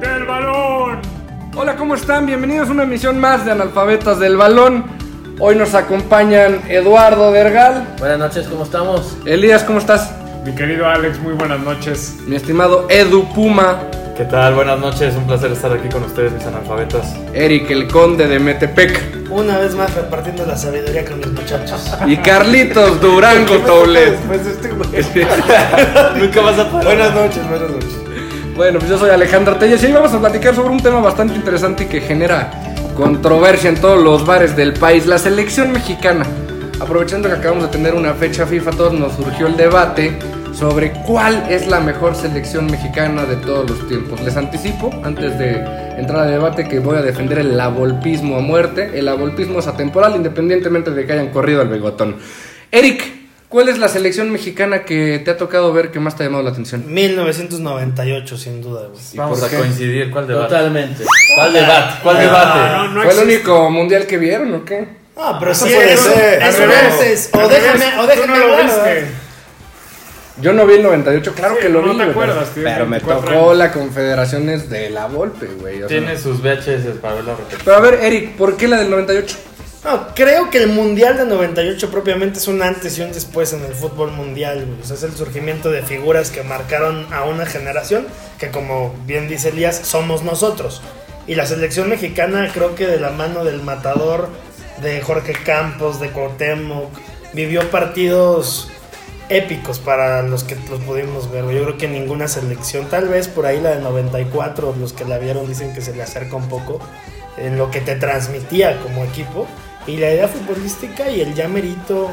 del balón! Hola, ¿cómo están? Bienvenidos a una emisión más de Analfabetas del Balón. Hoy nos acompañan Eduardo Vergal. Buenas noches, ¿cómo estamos? Elías, ¿cómo estás? Mi querido Alex, muy buenas noches. Mi estimado Edu Puma. ¿Qué tal? Buenas noches, un placer estar aquí con ustedes, mis analfabetas. Eric, el conde de Metepec. Una vez más repartiendo la sabiduría con los muchachos. Y Carlitos Durango Tobles. Pues este güey. Nunca vas a parar. Buenas noches, buenas noches. Bueno, pues yo soy Alejandro Telles y hoy vamos a platicar sobre un tema bastante interesante y que genera controversia en todos los bares del país, la selección mexicana. Aprovechando que acabamos de tener una fecha FIFA, todos nos surgió el debate sobre cuál es la mejor selección mexicana de todos los tiempos. Les anticipo, antes de entrar al debate, que voy a defender el avolpismo a muerte. El avolpismo es atemporal, independientemente de que hayan corrido al begotón. Eric, ¿cuál es la selección mexicana que te ha tocado ver que más te ha llamado la atención? 1998, sin duda, güey. ¿Y Vamos por a qué? coincidir, ¿cuál debate? Totalmente. ¿Cuál debate? ¿Cuál debate? No, no ¿Fue el existe. único mundial que vieron o qué? Ah, pero sí Sí, puede es- es- ser. Al revés. es- O al déjame, revés. o déjame. Tú no lo hablar. viste. Yo no vi el 98, claro Sí, que lo no vi. te güey, acuerdas, pero, tienes pero me 24 tocó años. la Confederaciones de la Volpe, güey. o sea. Tiene sus VHS para verlo repetir. Pero a ver, Eric, ¿por qué la del 98? No, creo que el Mundial de 98 propiamente es un antes y un después en el fútbol mundial. güey. O sea, es el surgimiento de figuras que marcaron a una generación que, como bien dice Elías, somos nosotros. Y la selección mexicana creo que de la mano del matador, de Jorge Campos, de Cuauhtémoc, vivió partidos épicos para los que los pudimos ver. Yo creo que ninguna selección, tal vez por ahí la de 94, los que la vieron dicen que se le acerca un poco en lo que te transmitía como equipo. Y la idea futbolística y el llamerito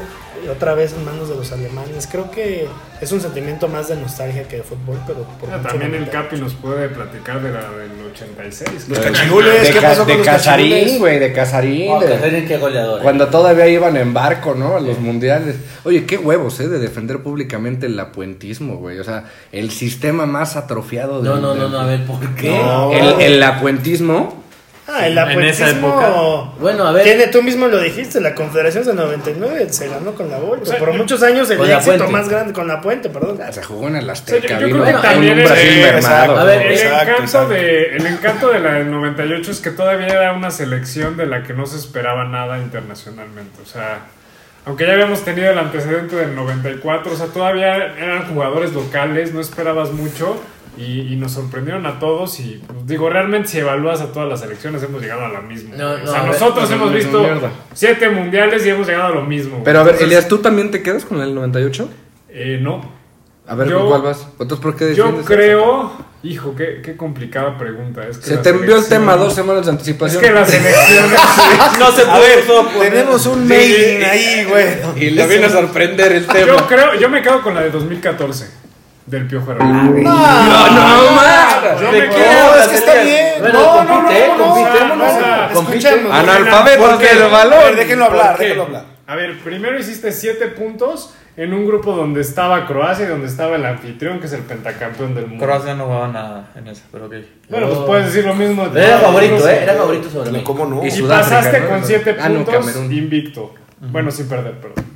otra vez en manos de los alemanes. Creo que es un sentimiento más de nostalgia que de fútbol, pero por Ah, mucho También no el me Capi nos puede platicar de la del 86. Los cachirules, de ¿qué Ca- pasó de con los Casarín, cachirules? güey, de Casarín. Oh, de- Casarín, qué goleador. eh. Cuando todavía iban en barco, ¿no? A los mundiales. Oye, qué huevos, ¿eh? De defender públicamente el apuentismo, güey. O sea, el sistema más atrofiado de. No, no, no, no, a ver, ¿por qué? No. El, el apuentismo. Ah, el En esa apuentismo- época. Bueno, a ver. Tiene, tú mismo lo dijiste, la Confederación del 99 se ganó con la Volpe. O sea, por yo- muchos años el Con la éxito Puente. más grande con la Puente, perdón. ah, Se jugó en el Azteca, O sea, yo- yo vino creo que en también un es- Brasil sí, mermado. A ver, El Exacto, encanto, exacto. De, el encanto de la del 98 es que todavía era una selección de la que no se esperaba nada internacionalmente. O sea, aunque ya habíamos tenido el antecedente del 94, o sea, todavía eran jugadores locales, no esperabas mucho y, y nos sorprendieron a todos. Y pues, digo, realmente si evalúas a todas las selecciones, hemos llegado a la misma. No, o no, sea, a ver, nosotros hemos no, visto mierda. siete mundiales y hemos llegado a lo mismo. Pero a ver, Entonces, Elias, ¿tú también te quedas con el 98? eh, no. A ver, Yo- ¿con cuál vas? Entonces, ¿por qué Yo defiendes? creo, hijo, qué, qué complicada pregunta. Es que Se la te envió el selección- tema dos semanas de Es anticipación. que la selección No se puede. Tenemos un mailing ahí, güey. Y le vino a sorprender el yo creo, yo me quedo con la de 2014 del Piojo Herrera. No, ¡Ah, no, man. Yo te me quiero. quedo. es que está bien. Bueno, no, no, no, compite, no, no, compite, no, vamos no, a- escuchemos. Ah, Analfabetos Porque- del balón. A ver, Déjenlo hablar, ¿Por qué? déjenlo hablar. A ver, primero hiciste 7 puntos en un grupo donde estaba Croacia y donde estaba el anfitrión, que es el pentacampeón del mundo. Croacia no jugaba nada en esa, pero ok. Bueno, pues puedes decir lo mismo. de Era todos los favorito, ¿eh? que- Era favorito sobre mí. ¿Cómo no? Y Y Sudáfrica, pasaste ¿no? con 7 Ah, no, puntos Camerún. invicto. Bueno, sin perder, perdón.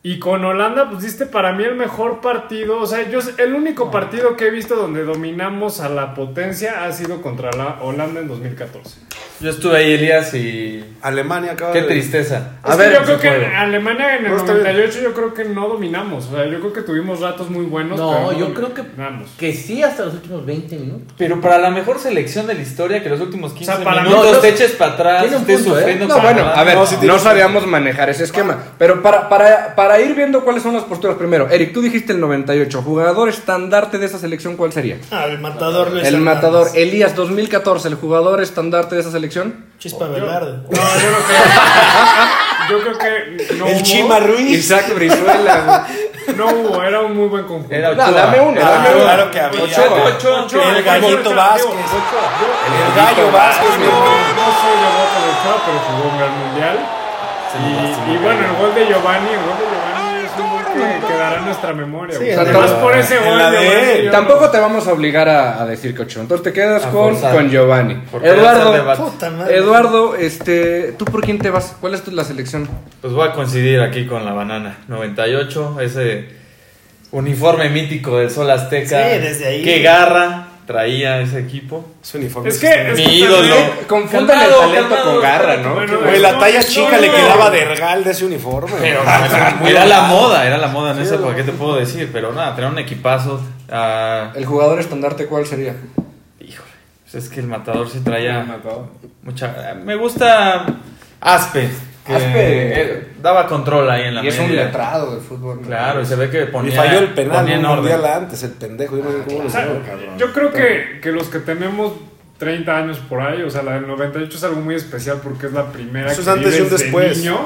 Y con Holanda, pues diste para mí el mejor partido. O sea, yo el único partido que he visto donde dominamos a la potencia ha sido contra la Holanda en 2014. Yo estuve ahí, Elías, y. Alemania acaba Qué de- tristeza. A Es que ver, yo creo ese que en juego. Alemania en el No, está bien. 98 yo creo que no dominamos. O sea, yo creo que tuvimos ratos muy buenos. No, pero yo creo que, dominamos. que sí hasta los últimos 20 minutos. Pero para la mejor selección de la historia, que los últimos 15 O sea, para minutos mí- te eches para atrás, Tiene un estés punto, ¿eh? sufriendo. No, para bueno, nada. a ver, No, sí no tienes- sabíamos manejar ese esquema. Pero para, para, para ir viendo cuáles son las posturas primero, Eric, tú dijiste el 98. Jugador estandarte de esa selección, ¿cuál sería? Ah, el matador Luis El Hernández. matador Elías 2014, el jugador estandarte de esa selección. Chispa Yo- Velarde. No, yo no creo. yo creo que no El hubo- Chima Ruiz. Isaac Brizuela. güey. No hubo, era un muy buen conjunto. Era no, dame uno, Ah, dame uno. claro que había. Ochoa. Ochoa, Ochoa, El gallito Digo, Vázquez. El gallo Vázquez. No, mi hermano. no soy de voto de Ochoa, pero jugó un gran mundial. Y, y bueno, el gol de Giovanni, el gol de Giovanni es un gol que quedará en nuestra memoria. güey. en la- Además, por ese en gol la de Giovanni, él. yo Tampoco te vamos a obligar a, a decir que ocho. Entonces te quedas A con, forzar. con Giovanni. Por querer hacer Eduardo, debate. Puta madre. Eduardo, este, ¿tú por quién te vas? ¿Cuál es tu, la selección? Pues voy a coincidir aquí con la banana 98, ese uniforme mítico del Sol Azteca. Sí, desde ahí. Qué garra, traía ese equipo. Su uniforme. Es que. es Mi que ídolo. también- Confunden el Calmado, talento calmado, con garra, ¿no? bueno, Qué Güey, la talla No, chica no, le no. quedaba de regal de ese uniforme. Pero Ah, Era la moda, era la moda en esa época, ¿qué te puedo decir? Pero nada, traía un equipazo. ah, ¿El jugador estandarte cuál sería? híjole, pues es que el matador se traía. Ya. matado. Mucha, me gusta Aspe. que Aspe. eh, daba control ahí en la Y es un media. letrado del fútbol. Claro, y se ve que Y ponía. falló el penal ponía en un orden. mundial antes, el pendejo. Yo no sé cómo lo O sea, hicieron, cabrón. yo creo que, que los que tenemos 30 años por ahí, o sea, la del 98 es algo muy especial porque es la primera Eso es que antes y un vives de después. niño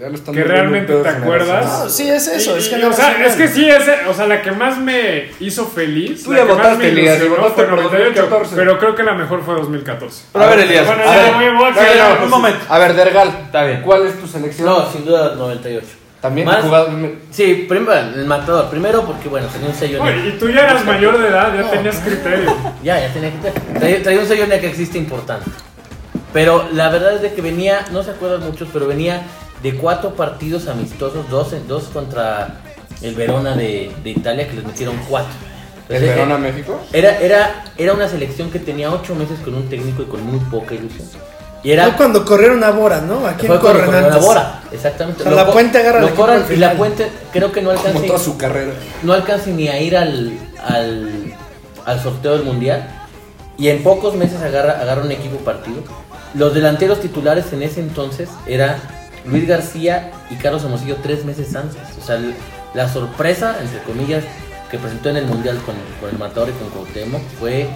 Ya lo están que viendo realmente en te todas las acuerdas. No, sí, es eso. Y- es que y, no o sea, nacional. es que sí, es, o sea, la que más me hizo feliz. Tú la ya que más votaste, me Elías, y ilusionó votaste fue por 2014. Pero creo que la mejor fue 2014. Pero a ver, Elías. Bueno, a ya ver, voy a- voy a no, acelerar, no, pues, un momento. A ver, Dergal, Está bien. ¿cuál es tu selección? No, sin duda 98. También Más- jugador. Sí, primero, el matador. Primero porque, bueno, tenía un sello negro. Oye, y tú ya eras mayor de edad, ya tenías criterio. Ya, ya tenía que traía, traía un sello en el que existe importante. Pero la verdad es de que venía, no se acuerdan muchos, pero venía de cuatro partidos amistosos, dos, en- dos contra el Verona de, de Italia, que les metieron cuatro. ¿El Entonces, Verona México? Era, era, era una selección que tenía ocho meses con un técnico y con muy poca ilusión. Y era... Fue cuando corrieron a Bora, ¿no? ¿A quién fue cuando corren corrieron a antes? Bora, exactamente. O sea, La co- Puente agarra lo al equipo corran al y la final. puente creo que no alcanza Como toda su carrera. no alcance ni a ir al, al, al sorteo del mundial y en pocos meses agarra, agarra un equipo partido. Los delanteros titulares en ese entonces era Luis García y Carlos Hermosillo tres meses antes. O sea, el- la sorpresa, entre comillas, que presentó en el mundial con, con el Matador y con Cuauhtémoc fue.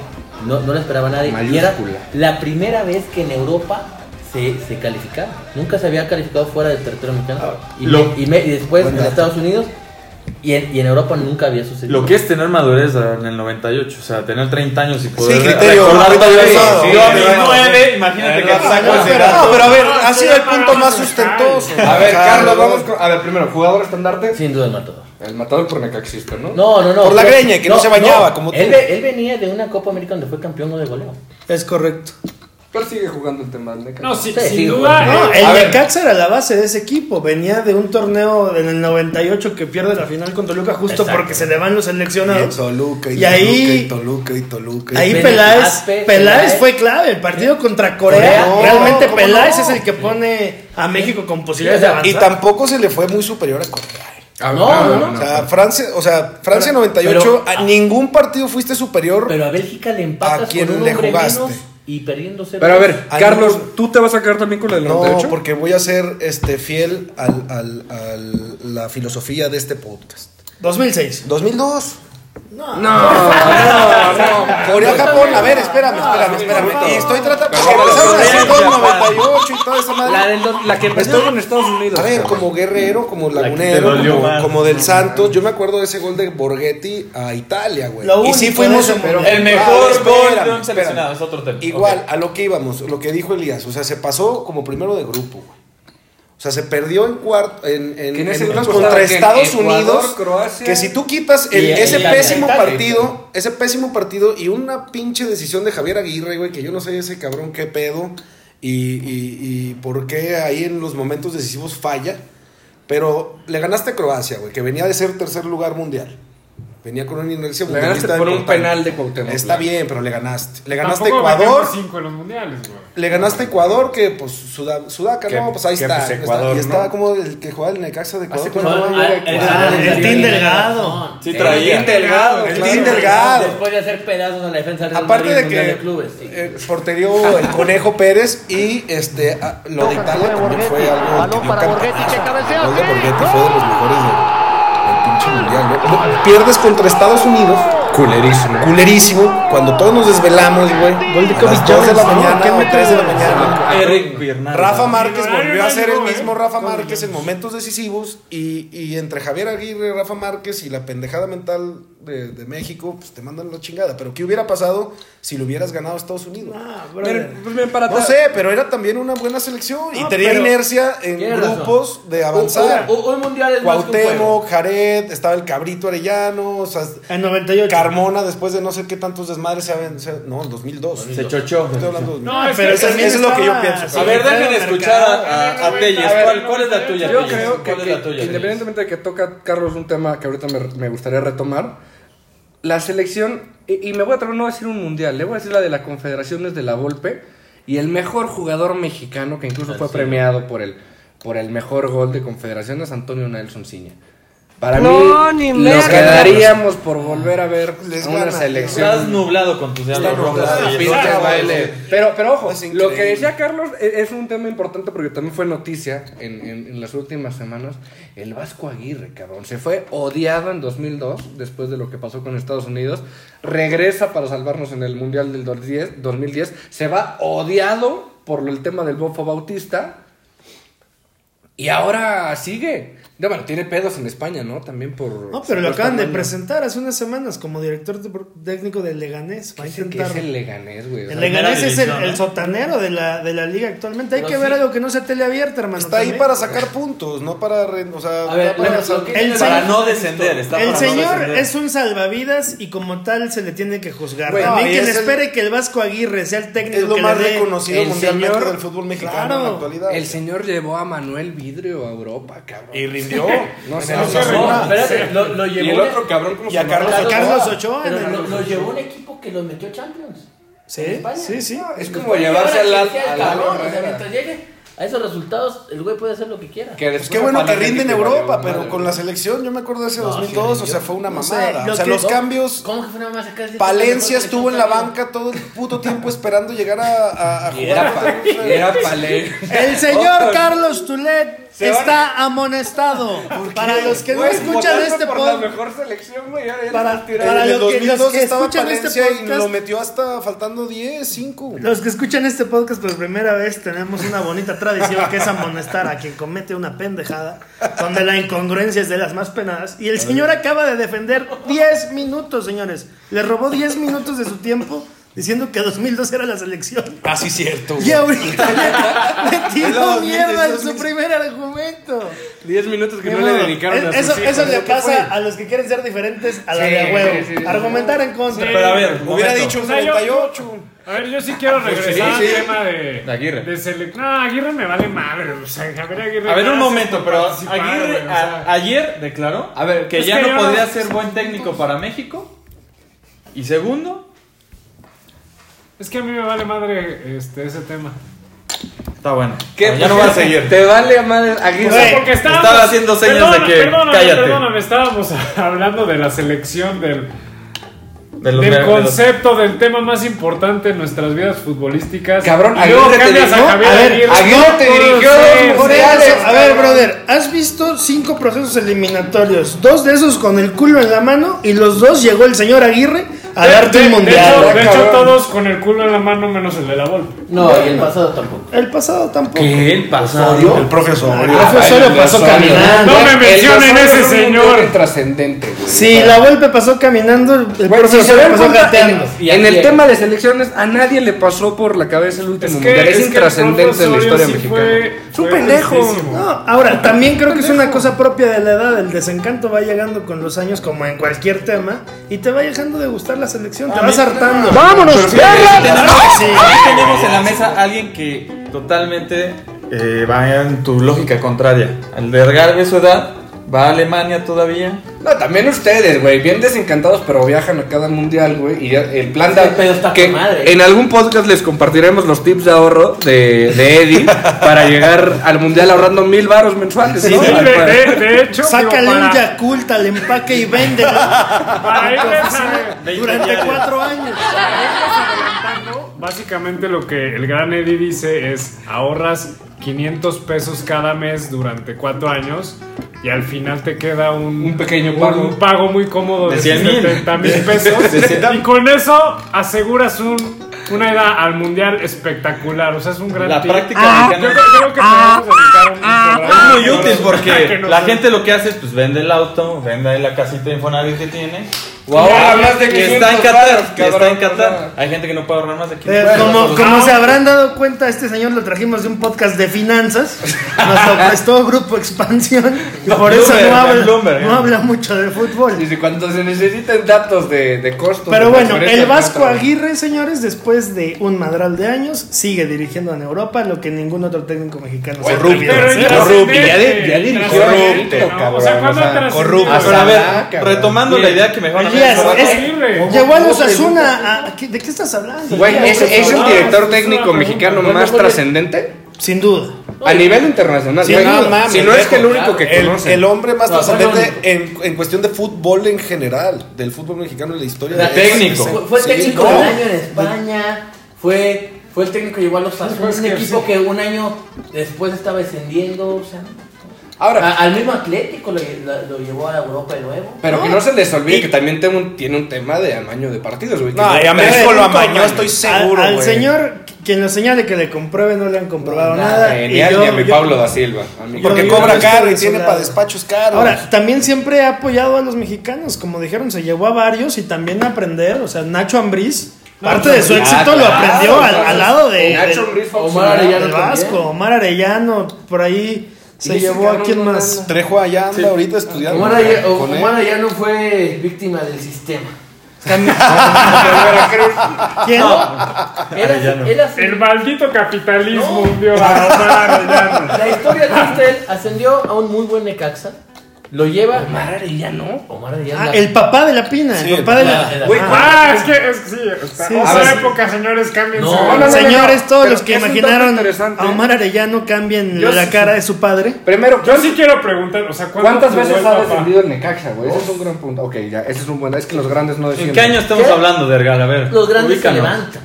No, no la esperaba nadie. Y era Mayúscula. la primera vez que en Europa se, se calificaba. Nunca se había calificado fuera del territorio mexicano. y, Ah, lo- y me- y después Buen en dato. Estados Unidos y en, y en Europa nunca había sucedido. Lo que es tener madurez en el 98, o sea, tener 30 años y poder Sí, criterio, recordar criterio todo eso. avanzado. Yo a Sí, mis bueno. 9, imagínate que saco ese dato. No, pero a ver, No, ha estoy sido el apagado, punto más Carlos. sustentoso. A ver, O sea, Carlos, vamos con. A ver, primero, jugador estandarte. Sin duda el matador. El matador por Necaxista, ¿no? No, no, no. Por la greña, que no se bañaba, como tú. Él, ve- él venía de una Copa América donde fue campeón de goleo. Es correcto. ¿Cuál sigue jugando el tema del Necaxa? No, sí, Sí, sin sí, duda. eh, güey. No, el a ver. Necaxa era la base de ese equipo. Venía de un torneo en el 98 que pierde la final con Toluca justo Exacto. porque se le van los Y seleccionados. Toluca, y, Y ahí- Toluca, y Toluca, y Toluca. Ahí Ven- Peláez, Aspe, Peláez, Peláez. fue clave. El partido contra Corea. Corea. No, Realmente ¿cómo Peláez no? es el que pone a México con o posibilidades de sea, avanzar. Y tampoco se le fue muy superior a Corea. eh. A ver, No, a ver, no, no. O sea, Francia, o sea, Francia 98, pero- a ningún partido fuiste superior. Pero a Bélgica le empatas ¿A quién con un le hombre jugaste? menos y perdiendo cero. Pero a ver, Hay Carlos, un- ¿tú te vas a quedar también con la del no, 98? porque voy a ser este, fiel a al, al- al- la filosofía de este podcast. 2006. 2002. No, no, no. Corea, Japón. A ver, espérame, espérame, espérame. Y estoy tratando. Porque empezaron a decir 98 y toda esa La, madre. del do- la que empezó con Estados Unidos. A ver, como guerrero, como lagunero, dolió como, más. como del Santos. Yo me acuerdo de ese gol de Borghetti a Italia, güey. Lo Y sí único fuimos de ese pero- mundial. El mejor Ah, gol espérame, de un seleccionado, espérame. es otro tema. Igual, Ok. a lo que íbamos, lo que dijo Elías. O sea, se pasó como primero de grupo, güey. O sea, se perdió en cuarto en, en, Que en ese en- grupo contra estaba que Estados Ecuador, Unidos. Croacia. que si tú quitas el- Y- ese y- pésimo y- partido, ese pésimo partido y una pinche decisión de Javier Aguirre, güey, que yo no sé ese cabrón qué pedo y, y, y por qué ahí en los momentos decisivos falla. Pero le ganaste a Croacia, güey, que venía de ser tercer lugar mundial. Venía con una inercia Le ganaste mundialista por un importante. penal de Cuauhtémoc. Está bien, pero le ganaste. Le ganaste a tampoco Ecuador. metemos cinco en los mundiales, güey. Le ganaste a Ecuador, que pues Suda- Sudaca, Que- no, pues ahí que, está. pues, está- Ecuador, y estaba ¿no? como el que jugaba el Necaxa de Ecuador. Hace pero como- no Ah, era el- Ecuador. el Tin Delgado. Sí, traía. delgado. El claro. Tin Delgado. Después de hacer pedazos a la defensa del Real Aparte Madrid de en el Mundial que de clubes, sí. eh, porterió el Conejo Pérez y este a- lo de Italia también fue algo que dio campanazo. El gol de Borghetti fue de los mejores de- del pinche mundial. ¿no? No, Pierdes contra Estados Unidos. Culerísimo. Culerísimo. Cuando todos nos desvelamos, güey. Gol de las 2 de la mañana o 3 de la mañana. Eric Bernal. Rafa Márquez Millonario volvió a ser el algo, ¿eh? mismo Rafa Márquez en momentos decisivos y, y entre Javier Aguirre, Rafa Márquez y la pendejada mental de, de México, pues te mandan la chingada. Pero ¿qué hubiera pasado si lo hubieras ganado a Estados Unidos? Ah, brother. Miren, pues miren, para No atrás. sé, pero era también una buena selección y No, tenía pero- inercia en Tienes grupos de avanzar. Un, un- un mundial es más que un juego. Cuauhtémoc, Jared, estaba el Cabrito Arellano, o sea, En 98. Carmona después de no sé qué tantos desmadres se habían... se- No, en 2002. Se chochó. Estoy hablando de 2002. No, es pero que ese- Eso también es lo que yo estaba- pienso. sí. A ver, déjenme Mercado. escuchar a, a, a Telles. A ver, ¿Cuál, cuál es la tuya? yo Yo Telles? creo que, ¿Cuál es que- la tuya? que Telles? independientemente de que toca Carlos un tema que ahorita me, me gustaría retomar, la selección, y, y me voy a traer, no voy a decir un mundial, le voy a decir la de la Confederaciones de la Volpe, y el mejor jugador mexicano, que incluso fue premiado por el, por el mejor gol de Confederaciones, Antonio Nelson Ciña. Para No, mí, ni nos merda. quedaríamos por volver a ver Les a una gana. Estás selección. nublado con tus diablos nublado. rojos. Ah, Sí, pinche no, baile. Pero, pero ojo, Es lo increíble. que decía Carlos e- es un tema importante porque también fue noticia en, en- en las últimas semanas. El Vasco Aguirre, cabrón, se fue odiado en 2002 después de lo que pasó con Estados Unidos. Regresa para salvarnos en el Mundial del 2010. 2010. Se va odiado por el tema del Bofo Bautista. Y ahora sigue. Ya, bueno, tiene pedos en España, ¿no? También por. No, pero lo acaban de tamaño. presentar hace unas semanas como director de- técnico del Leganés. Va a ¿Qué es el- qué intentar. es el Leganés, güey? O El sea, Primera Leganés es el, división, el ¿eh? sotanero de la, de la liga actualmente. Hay Pero que ver sí. algo que no sea tele abierta, hermano. Está ahí también. para sacar puntos, no para. re- o sea, A ver, no para lo- lo que- El Para señor- no descender. Está El para no señor descender. es un salvavidas y como tal se le tiene que juzgar. Güey, También no, y quien es el- espere que el Vasco Aguirre sea el técnico es lo que más le dé- reconocido el mundialmente señor- del fútbol mexicano Claro. en la actualidad. El señor llevó a Manuel Vidrio a Europa, cabrón. Y rindió. No sé, En no la sé. No, zona. espérate, lo, lo Y llevó. el otro cabrón, ¿cómo Y a se llama? Carlos Ochoa. Carlos Ochoa. pero en el- lo, lo llevó un equipo que los metió a Champions. en Sí, España. sí, sí. Es como llevarse al Ahora al que sea el cabrón, o sea, al mientras llegue a esos resultados, el güey puede hacer lo que quiera. Que Pues después qué bueno que aparece rinde en valió Europa, madre. pero con la selección, yo me acuerdo de ese No, 2002, sí, o sea, fue una sé, mamada. lo o sea, que- los no. cambios. ¿Cómo que fue nada más acá? Palencia estuvo en la banca todo el puto tiempo esperando llegar a, a- a Y jugar. Era pa- y era palé. El señor Carlos Tulet Se van- está amonestado. Para los que no Güey, escuchan votando este por podcast. la mejor selección, güey. ahora ya Para- les tiré. para en el los que- los 2002 que estaba escuchan este Palencia y podcast- lo metió hasta faltando 10, 5. Los que escuchan este podcast por primera vez tenemos una bonita tradición que es amonestar a quien comete una pendejada, donde la incongruencia es de las más penadas. Y el señor acaba de defender 10 minutos, señores. Le robó 10 minutos de su tiempo diciendo que 2002 era la selección. Ah, Así cierto. Y ahorita le, le Es la tiró 2002, mierda en su 2002. primer argumento. 10 minutos que no Ni le modo. dedicaron Es- a sus Eso, hijos. eso le ¿Qué fue? pasa a los que quieren ser diferentes a la Sí, de a huevo. sí, sí, sí. Argumentar en contra. Sí. Pero a ver, Hubiera momento. dicho un O sea, yo- 98. A ver, yo sí quiero regresar sí, sí. al tema de. De Aguirre. de sele- No, Aguirre me vale madre. O sea, Javier Aguirre. A ver, un nada momento, hace pero participar, Aguirre güey, o sea. a- ayer declaró A ver, que es ya que no ya- podría ser buen técnico para México. Y segundo, Es que a mí me vale madre este, ese tema. está bueno. ¿Qué? Bueno, ya no va a seguir. Te vale a madre Aguirre. O sea, Güey, porque estábamos- estaba haciendo señas Perdóname, de que- Perdóname, cállate. perdóname, estábamos hablando de la selección del, De los- de del los- concepto, del tema más importante en nuestras vidas futbolísticas. Cabrón, Y luego Aguirre te cambias dirigió. a Javier A ver, Aguirre. Aguirre te No, dirigió sí, dos sí, Por mundiales, eso, a ver, cabrón. brother, has visto cinco procesos eliminatorios, dos de esos con el culo en la mano y los dos llegó el señor Aguirre a De- darte de- un mundial. De hecho, de ¿verdad, hecho, cabrón? todos con el culo en la mano menos el de la Volpe. No, y el pasado tampoco. el pasado tampoco. ¿Qué? ¿El pasado? El profesor. El profesor lo pasó caminando. No me El mencionen Osorio ese es un señor. mundial Trascendente, güey. Si la golpe pasó caminando, el Bueno, si se profesor dan pasó cuenta, gateando. en- en el tema de selecciones a nadie le pasó por la cabeza el último mundial. que Es, el intrascendente en la Osorio historia sí mexicana. fue- es un fue pendejo. tristísimo. No, ahora, también creo que es una cosa propia de la edad. El desencanto va llegando con los años, como en cualquier tema, y te va dejando de gustar la selección. te vas hartando. ¡Vámonos, perra! Sí. Aquí tenemos en la mesa a alguien que totalmente eh, va en tu lógica contraria. Al de su edad, va a Alemania todavía. No, también ustedes, güey, bien desencantados, pero viajan a cada mundial, güey. Y ya el plan de. Ese pedo está que con madre. En algún podcast les compartiremos los tips de ahorro de, de Eddie para llegar al mundial ahorrando mil varos mensuales. Sí, ¿no? de, pues. de- de hecho, Sácale digo, un para, Yakult al empaque y véndelo para irles a- durante cuatro años. adelantando, Básicamente lo que el gran Eddie dice es ahorras 500 pesos cada mes durante cuatro años y al final te queda un, Un pequeño pago. un pago muy cómodo de, De 100 mil. 70 mil pesos De 100. y con eso aseguras un- una ida al mundial espectacular, o sea es un gran La tip. práctica Ah, Yo creo, mexicana creo que podemos dedicar un programa es muy útil a que porque nos- la gente lo que hace es pues vende el auto, vende ahí la casita de Infonavit que tiene. O ahora hablas de Que 500 está en Qatar, varos, que está cabrón, en Qatar. Hay gente que no puede ahorrar más de aquí. Eh, pues, como como ah, se habrán dado cuenta, este señor lo trajimos de un podcast de finanzas. Nos lo prestó Grupo Expansión. Y No, por eso Bloomberg, no habla, Bloomberg, no eh. habla mucho de fútbol. Dice, cuando se necesiten datos de, de costos. Pero de bueno, transferencia, el Vasco ¿no? Aguirre, señores, después de un madral de años, sigue dirigiendo en Europa lo que ningún otro técnico mexicano se Corrupto. atrevió a Pero hacer. el Corrupto. trascendente, Ya di- ya dirigió. trascendente, Corrupto, ¿no? O sea, cabrón, ¿cuándo o sea, trascendió? corrupto. Pero a ver, cabrón. retomando la idea que mejor el Díaz. Eso va a es- terrible. Llegó al Osasuna. a- ¿qué- ¿De qué estás hablando? Güey, Llegó al ¿es, es el Osasuna. director es técnico una mexicano pregunta. más Bueno, oye. trascendente pues, Sin duda. a nivel internacional. Sí, güey. no mames, si no es que el viejo, único que El, conoce. el hombre más No, trascendente bueno. en, en cuestión de fútbol en general, del fútbol mexicano en la historia. La- Es- técnico. es- Fue, fue el sí, técnico no. del año en España. Fue, fue el técnico que llegó a los Asuna. Pues Un que equipo sí. que un año después estaba descendiendo. O sea, Ahora, a- al mismo Atlético lo, lle- la- lo llevó a Europa de nuevo. pero que no se les olvide que también tiene un, tiene un tema de amaño de partidos, güey. que No, y a México lo amañó, estoy Al- seguro. Al, güey. señor, quien lo señale que le compruebe, no le han comprobado No, nada. Eh, y ni a, yo- ni a mi yo- Pablo da Silva. a mí- Porque Yo- yo cobra no caro y estoy tiene de su para lado. despachos caros. Ahora, también siempre ha apoyado a los mexicanos, como dijeron, se llevó a varios y también a aprender. O sea, Nacho Ambriz, parte de su Ah, éxito lo claro, aprendió al, claro. al lado de, Nacho del- Ambriz fue del Omar Arellano también. Vasco, Omar Arellano, por ahí se ese llevó a cabrón quién no más. Trejo allá anda ahorita estudiando. Omar ya, con él. no fue víctima del sistema. ¿Quién? Ah, Era, era su- El maldito capitalismo No. hundió a Omar Arellano. La historia triste, él ascendió a un muy buen Necaxa. Lo lleva. Omar Arellano. Omar Arellano. Ah, el papá de la pina, Sí, el papá de la... el papá. Güey, Ah, es que es que sí, está- Sí, otra sí. época, señores, cambien No, no, no, no, Señores, todos pero los que es un dato imaginaron interesante. a Omar Arellano cambien Yo la sí- cara de su padre. Primero, Yo sí quiero preguntar, o sea, ¿cuándo ¿cuántas jugó veces el ha Papa? descendido el Necaxa, güey? Ese es un gran punto. Ok, ya, ese es un buen. Es que los grandes no ¿En descienden. qué año estamos ¿Qué? hablando, Dergal? A ver. Los grandes se ubícanos. levantan.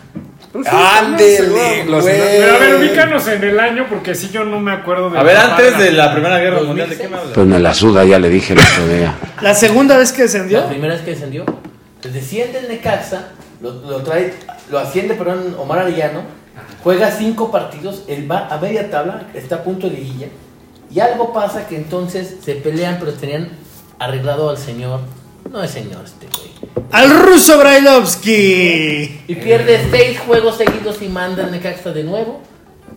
Pues sí, Ándele, los- güey. Pero a ver, ubícanos en el año porque si yo no me acuerdo de A ver, Papá antes Gran- de la Primera Guerra 2006. Mundial, ¿de qué me hablas? Pues me la suda, ya le dije el otro día. La segunda vez que descendió. La primera vez que descendió. Pues desciende el Necaxa. Lo, lo trae. Lo asciende, perdón, Omar Arellano. Juega cinco partidos. Él va a media tabla. Está a punto de liguilla. Y algo pasa que entonces se pelean, pero tenían arreglado al señor. No es señor este güey. Al ruso Brailovsky. Y pierde seis juegos seguidos y manda al Necaxa de nuevo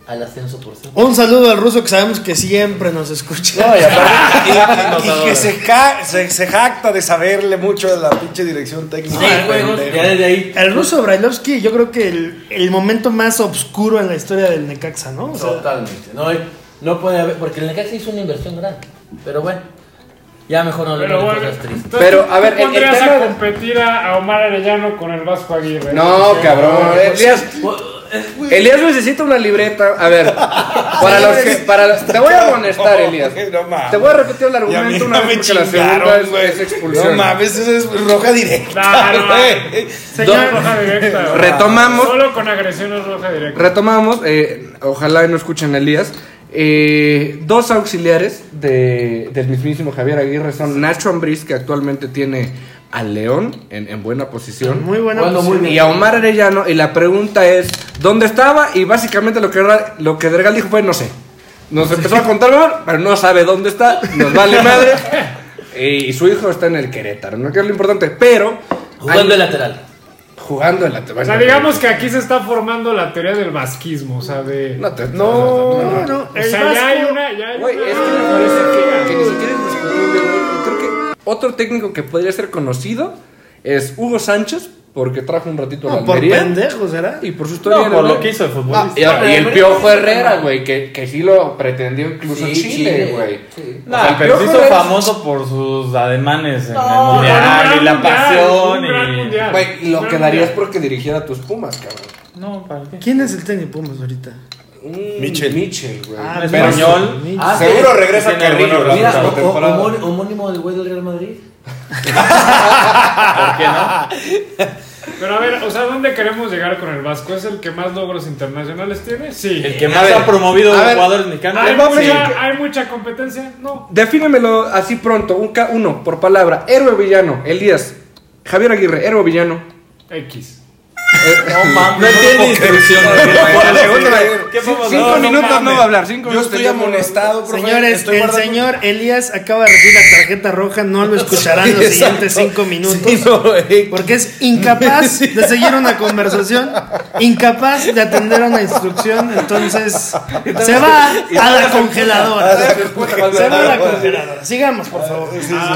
al ascenso por sí. Un saludo al ruso que sabemos que siempre nos escucha. No, y aparte- y- y que se, ca- se, se jacta de saberle mucho de la pinche dirección técnica. Seis juegos, pendejo. ya desde ahí. El ruso Brailovsky, yo creo que el, el momento más oscuro en la historia del Necaxa, ¿no? O sea, Totalmente. No, hay- no puede haber, porque el Necaxa hizo una inversión grande. Pero bueno, ya mejor no Pero hablemos de bueno, cosas tristes. Pero, a ver, ¿tú el- el pondrías tema a de- competir a a Omar Arellano con el Vasco Aguirre? No, cabrón. Pues, Elías, pues, Elías necesita una libreta. A ver, para los que. Para los- te voy a amonestar, Elías. No mames. Te voy a repetir el Y a mí argumento una no me vez porque la segunda chingaron, es, güey. es expulsión. No mames, eso es roja directa. No, no, no. güey. Señor, roja directa. güey. Retomamos. Solo con agresiones roja directa. Retomamos, eh, ojalá no escuchen a Elías. eh, dos auxiliares de, del mismísimo Javier Aguirre son Nacho Ambriz, que actualmente tiene al León en, en buena posición. muy buena Jugando muy posición. y a Omar Arellano, y la pregunta es, ¿dónde estaba? Y básicamente lo que, Ra- lo que Dergal dijo fue, no sé. Nos empezó a contar, "Bueno, pero no sabe dónde está, nos vale madre. Y, su hijo está en el Querétaro, ¿no? Que es lo importante, pero... Jugando hay- de lateral. Jugando en la... O sea, digamos que aquí se está formando la teoría del vasquismo, o sea, de... No, te- No, no, O el sea, ya hay Vasco- una... Ya hay Güey, una- es que me parece que, que ni siquiera es discutible, güey. Creo que otro técnico que podría ser conocido es Hugo Sánchez, porque trajo un ratito a la No, por Almería. pendejo, ¿será? y por su historia. No, en por el- lo que hizo el Ah, y, futbolista. y el Piojo Herrera, güey, que, que sí lo pretendió incluso Sí, Pues Chile, Chile, güey. sí. No, O sea, el pero se Piojo hizo Herrera- famoso por sus ademanes en el No, mundial un gran y la mundial, pasión un gran y. mundial. Güey, y lo Un que gran darías mundial. porque dirigiera a tus Pumas, cabrón. No, ¿para qué? ¿Quién es el tenis Pumas ahorita? Michel. Mitchell, Mm, güey. Ah, es Pero- español. Mitch. Ah, Seguro sí. regresa Tiene Carrillo buenos la Mira, resultados. próxima o- o- temporada. homó- homónimo del güey del Real Madrid. ¿Por qué no? Pero a ver, o sea, ¿dónde queremos llegar con el Vasco? ¿Es el que más logros internacionales tiene? Sí. El que A más ver, ha promovido a ver, jugadores mexicanos. ¿Hay, El Vasco- mucha, ¿Hay mucha competencia? No. Defínemelo así pronto, un ca- uno, por palabra. Héroe o villano, Elías. Javier Aguirre, héroe o villano. X. No mames. No tiene instrucciones. Por la segunda vez. ¿Qué Cin- vamos a cinco hacer? No minutos no mames. va a hablar. Cinco Yo minutos estoy ya no- amonestado, Ah, profe. Señores, Estoy el guardando- señor Elías acaba de recibir la tarjeta roja, no lo escucharán los Exacto. siguientes cinco minutos. Sí, no, güey. Porque es incapaz de seguir una conversación, incapaz de atender una instrucción, entonces se va a la A congeladora. la Se va a la congeladora. congeladora. Sigamos, Ah, por favor.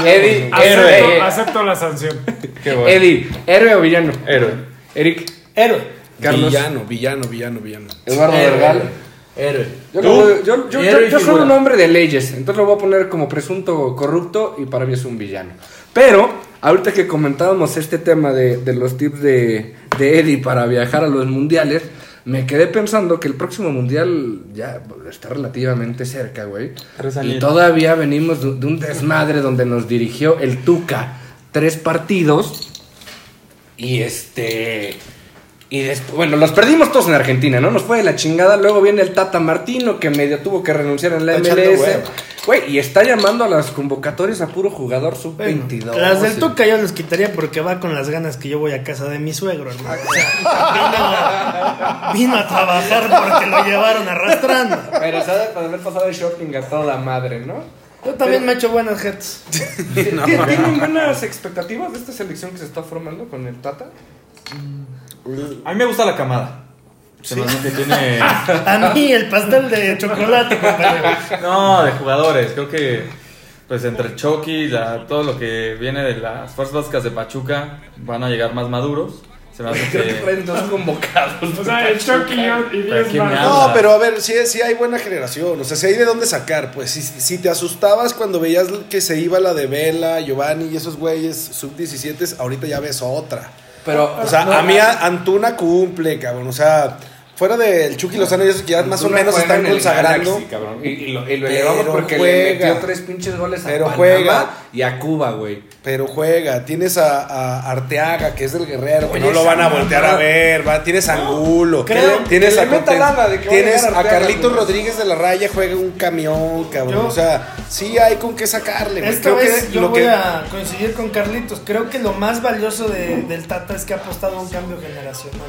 Eddie, Acepto, héroe. acepto la sanción. Qué bueno. Eddie, héroe o villano. Héroe. Eric, Héroe. Carlos, Villano, villano, villano, villano. Eduardo Vergal. Héroe. Yo, ¿Tú? lo veo- yo, yo- yo- Héroe y yo soy figura. un hombre de leyes, entonces lo voy a poner como presunto corrupto y para mí es un villano. Pero, ahorita que comentábamos este tema de, de los tips de, de Eddie para viajar a los mundiales, me quedé pensando que el próximo mundial ya está relativamente cerca, güey. Tres Y añitos. todavía venimos de, de un desmadre donde nos dirigió el Tuca tres partidos y este... Y después, bueno, los perdimos todos en Argentina, ¿no? Nos fue de la chingada. Luego viene el Tata Martino, que medio tuvo que renunciar en la Está echando MLS. hueva. Güey, y está llamando a las convocatorias a puro jugador sub-22. Las del Sí. Tuca yo las quitaría porque va con las ganas que yo voy a casa de mi suegro, hermano. O sea, vino, vino a trabajar porque lo llevaron arrastrando. Pero se ha de haber pasado de shopping a toda madre, ¿no? Yo también me he hecho buenas jets. ¿Tien- ¿Tienen buenas expectativas de esta selección que se está formando con el Tata? A mí me gusta la camada. Se me hace que tiene. A mí el pastel de chocolate, compadre. No, de jugadores. Creo que pues entre el Chucky, la, todo lo que viene de las fuerzas básicas de Pachuca, van a llegar más maduros. Se me hace Creo que que. traen dos convocados. O sea, el Chucky y- y ¿Para diez quién más. habla? No, pero a ver, sí, sí hay buena generación. O sea, si hay de dónde sacar, pues. Si, si te asustabas cuando veías que se iba la de Vela, Giovanni y esos güeyes sub-17, ahorita ya ves otra. Pero, O sea, a mí a- Antuna cumple, cabrón. O sea, fuera del Chucky Lozano, ellos que ya más o Antuna menos juega están en el consagrando. Galaxy, cabrón. Y, y lo, y lo Pero elevamos porque le juega. metió tres pinches goles a Pero Panamá juega. y a Cuba, güey. Pero juega, tienes a, a Arteaga, que es del guerrero, que Oye, no lo van a esa voltear a mamada. ver, va, tienes a Angulo, creo tienes que a le meta Cortés, lana de que va a tienes llegar a, Arteaga, Carlitos güey. Rodríguez de la Raya, juega un camión, cabrón. Yo- o sea, sí hay con qué sacarle, güey. Esta vez que yo lo voy que- a coincidir con Carlitos. Creo que lo más valioso de- del Tata es que ha apostado a un cambio generacional.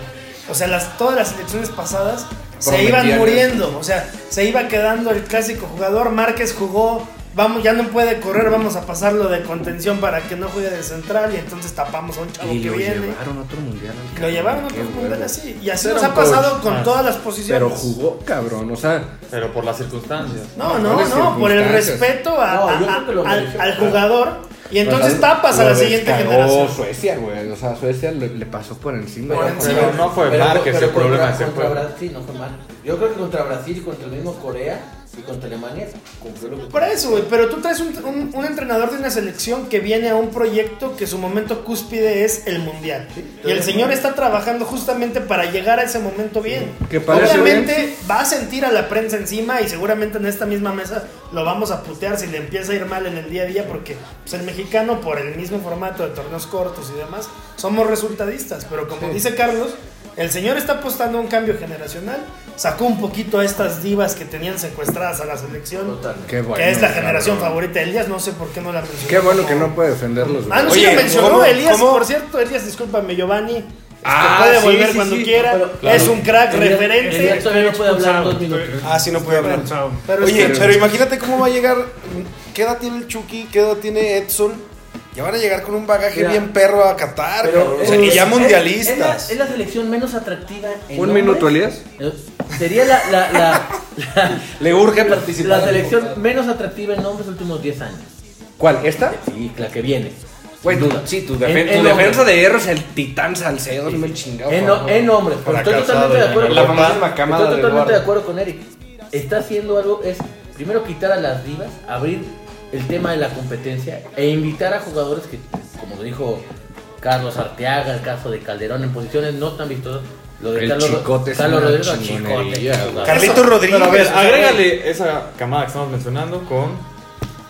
O sea, las, todas las elecciones pasadas se Prometían iban eso. muriendo. O sea, se iba quedando el clásico jugador. Márquez jugó, vamos, ya no puede correr, vamos a pasarlo de contención para que no juegue de central y entonces tapamos a un chavo que viene. a otro mundial. al Lo cabrón, llevaron a qué otro huevo. mundial así. Y así Era nos un ha pasado coach con más. todas las posiciones. Ah, Pero jugó, cabrón. O sea, Pero por las circunstancias. No, Por no, las no, por el circunstancias. respeto a- No, yo a- creo a- que lo al, mereció. al jugador y entonces lo- tapas a lo la siguiente descargó generación. Suecia, güey. O sea, Suecia le, le pasó por encima. Por Ya, encima. Pero no fue Pero- Márquez pero el problema, contra- se contra fue. Brasil, no fue Márquez. Yo creo que contra Brasil y contra el mismo Corea y contra Alemania cumplió lo que Por eso, güey, pero tú traes un, un- un entrenador de una selección que viene a un proyecto que su momento cúspide es el mundial. y el señor está trabajando justamente para llegar a ese momento bien. Que parece Obviamente va a sentir a la prensa encima y seguramente en esta misma mesa lo vamos a putear si le empieza a ir mal en el día a día porque pues, el mexicano por el mismo formato de torneos cortos y demás somos resultadistas. Pero como dice Carlos, el señor está apostando a un cambio generacional. Sacó un poquito a estas divas que tenían secuestradas a la selección Totalmente. Qué bueno. que es la cabrón. generación favorita de Elías, no sé por qué no la mencionó. Qué bueno que no puede defenderlos. güey. Ah, no, sí Oye, la mencionó ¿cómo- Elías, cómo? por cierto, Elías, discúlpame, Giovanni. Ah, Ah, puede sí, volver sí, cuando sí. quiera. No, pero- Es un crack Elías- referente. Elías todavía no puede hablar dos Estoy- minutos. Ah, sí, no puede hablar. Cansado. pero Oye, es que- pero imagínate cómo va a llegar. mm, ¿Qué edad tiene el Chucky? ¿Qué edad tiene Edson? Ya van a llegar con un bagaje Mira. bien perro a Qatar, cabrón. O sea, eh, y es- ya Es, la, mundialistas. es la selección menos atractiva. En Un hombres. minuto, Elías. Eh, Sería la, la, la, la- Le urge la- participar. la selección menos atractiva en hombres los últimos 10 años. ¿Cuál? ¿Esta? Sí, la que viene. Güey, sin tú- duda. sí, tu, En- defen- en tu defensa hombres. de hierro es el titán Salcedo. No me chingado. En, por favor. en hombres, pero estoy totalmente de acuerdo la con famosísima camada Estoy de totalmente de Eduardo. acuerdo con Eric. Está haciendo algo, es primero quitar a las divas, abrir el tema de la competencia e invitar a jugadores que, como dijo Carlos Arteaga, el caso de Calderón, en posiciones no tan vistosas. Lo de El Carlos, Ro- Chicote es Carlos una Rodríguez, no, chingonería, Chicote, güey. Carlos- Carlitos Rodríguez. Pero a ver, o sea, agrégale esa camada que estamos mencionando con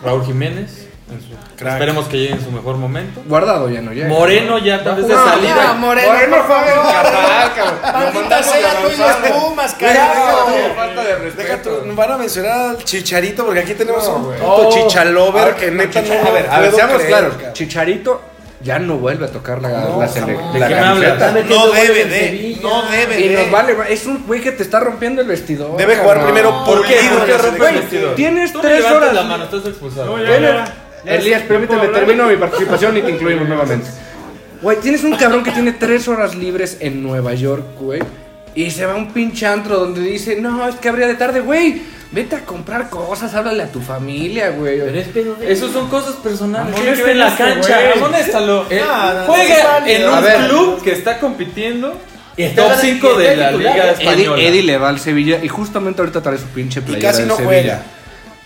Raúl Jiménez. en su- Crack. Esperemos que llegue en su mejor momento. Guardado ya no llega. Moreno ya tal vez de No, salida. ya, Moreno, por favor. Maldita sea tú y los Pumas, carajo. Falta de Deja tú, respeto. van a mencionar al Chicharito porque aquí tenemos No, un güey. puto Oh. Chichalover Ahora, que neta no. A ver, a ver, puedo seamos creer, claros. cabrón. Chicharito ya no vuelve a tocar la, No, la, sele- jamás. la ¿De qué me camiseta. hablas? Está metiendo No goles debe en de, Sevilla. no debe Y nos de. vale, ma- es un güey que te está rompiendo el vestidor. Debe jugar cabrón. primero por ¿Por qué? líder ¿Por de qué la rompe el selección. vestido? tienes Tú no tres levantes horas. la mano, estás expulsado. No, ya, Tienes- ya, ya. Elías, permíteme, ¿Puedo hablar? termino mi participación y te incluimos nuevamente. Güey, tienes un cabrón que tiene tres horas libres en Nueva York, güey. Y se va a un pinche antro donde dice, no, es que habría de tarde, güey. Vete a comprar cosas, háblale a tu familia, güey. Eh, Pero es pedo de- Eso son cosas personales. Amonéstalo, Tiene que ver en la este cancha. güey. Amonéstalo. Eh, no, no, Juega no, en no, un no, no. club que está compitiendo Top 5 de la Liga Eddie, Española. Eddie le va al Sevilla y justamente ahorita trae su pinche playera casi del no Sevilla.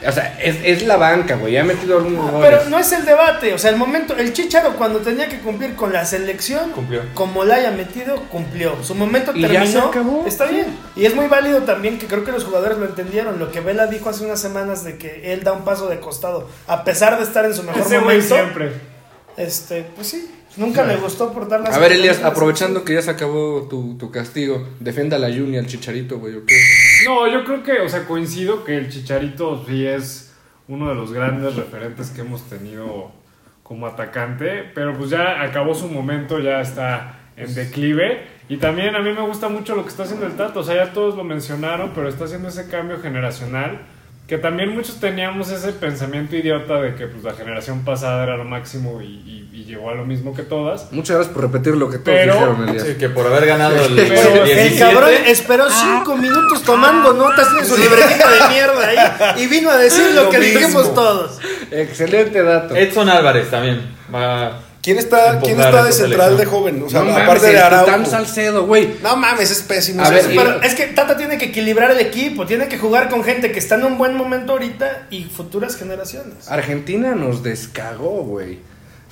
O sea, es, es la banca, güey. Ha metido algunos goles. Pero no es el debate, o sea, el momento, el Chicharo cuando tenía que cumplir con la selección, Cumplió. como la haya metido, cumplió. Su momento Y ya terminó, se acabó. está bien. Y es muy válido también que creo que los jugadores lo entendieron, lo que Vela dijo hace unas semanas de que él da un paso de costado, a pesar de estar en su mejor Ese güey momento. siempre. Este, pues sí, nunca le gustó portar las A ver, Elias, aprovechando que ya se acabó tu, tu castigo, defienda a la Juni al chicharito, güey, ¿o qué? No, yo creo que, o sea, coincido que el Chicharito sí es uno de los grandes referentes que hemos tenido como atacante, pero pues ya acabó su momento, ya está en declive. Y también a mí me gusta mucho lo que está haciendo el Tato, o sea, ya todos lo mencionaron, pero está haciendo ese cambio generacional, que también muchos teníamos ese pensamiento idiota de que pues la generación pasada era lo máximo y, y- y llegó a lo mismo que todas. Muchas gracias por repetir lo que todos Pero- dijeron, Elias. Sí, que por haber ganado el, Pero El 17, cabrón esperó cinco minutos tomando notas en su libretita de mierda ahí y vino a decir lo, Lo que mismo. dijimos todos. Excelente dato. Edson Álvarez también. Va- ¿Quién está, Empujar ¿quién a está tu de central selección. de joven? O sea, no mames, aparte el de Titán Araujo. Salcedo, güey. No mames, es pésimo. A ese ver, señor. Pero es que Tata tiene que equilibrar el equipo, tiene que jugar con gente que está en un buen momento ahorita y futuras generaciones. Ah, Argentina nos descagó, güey.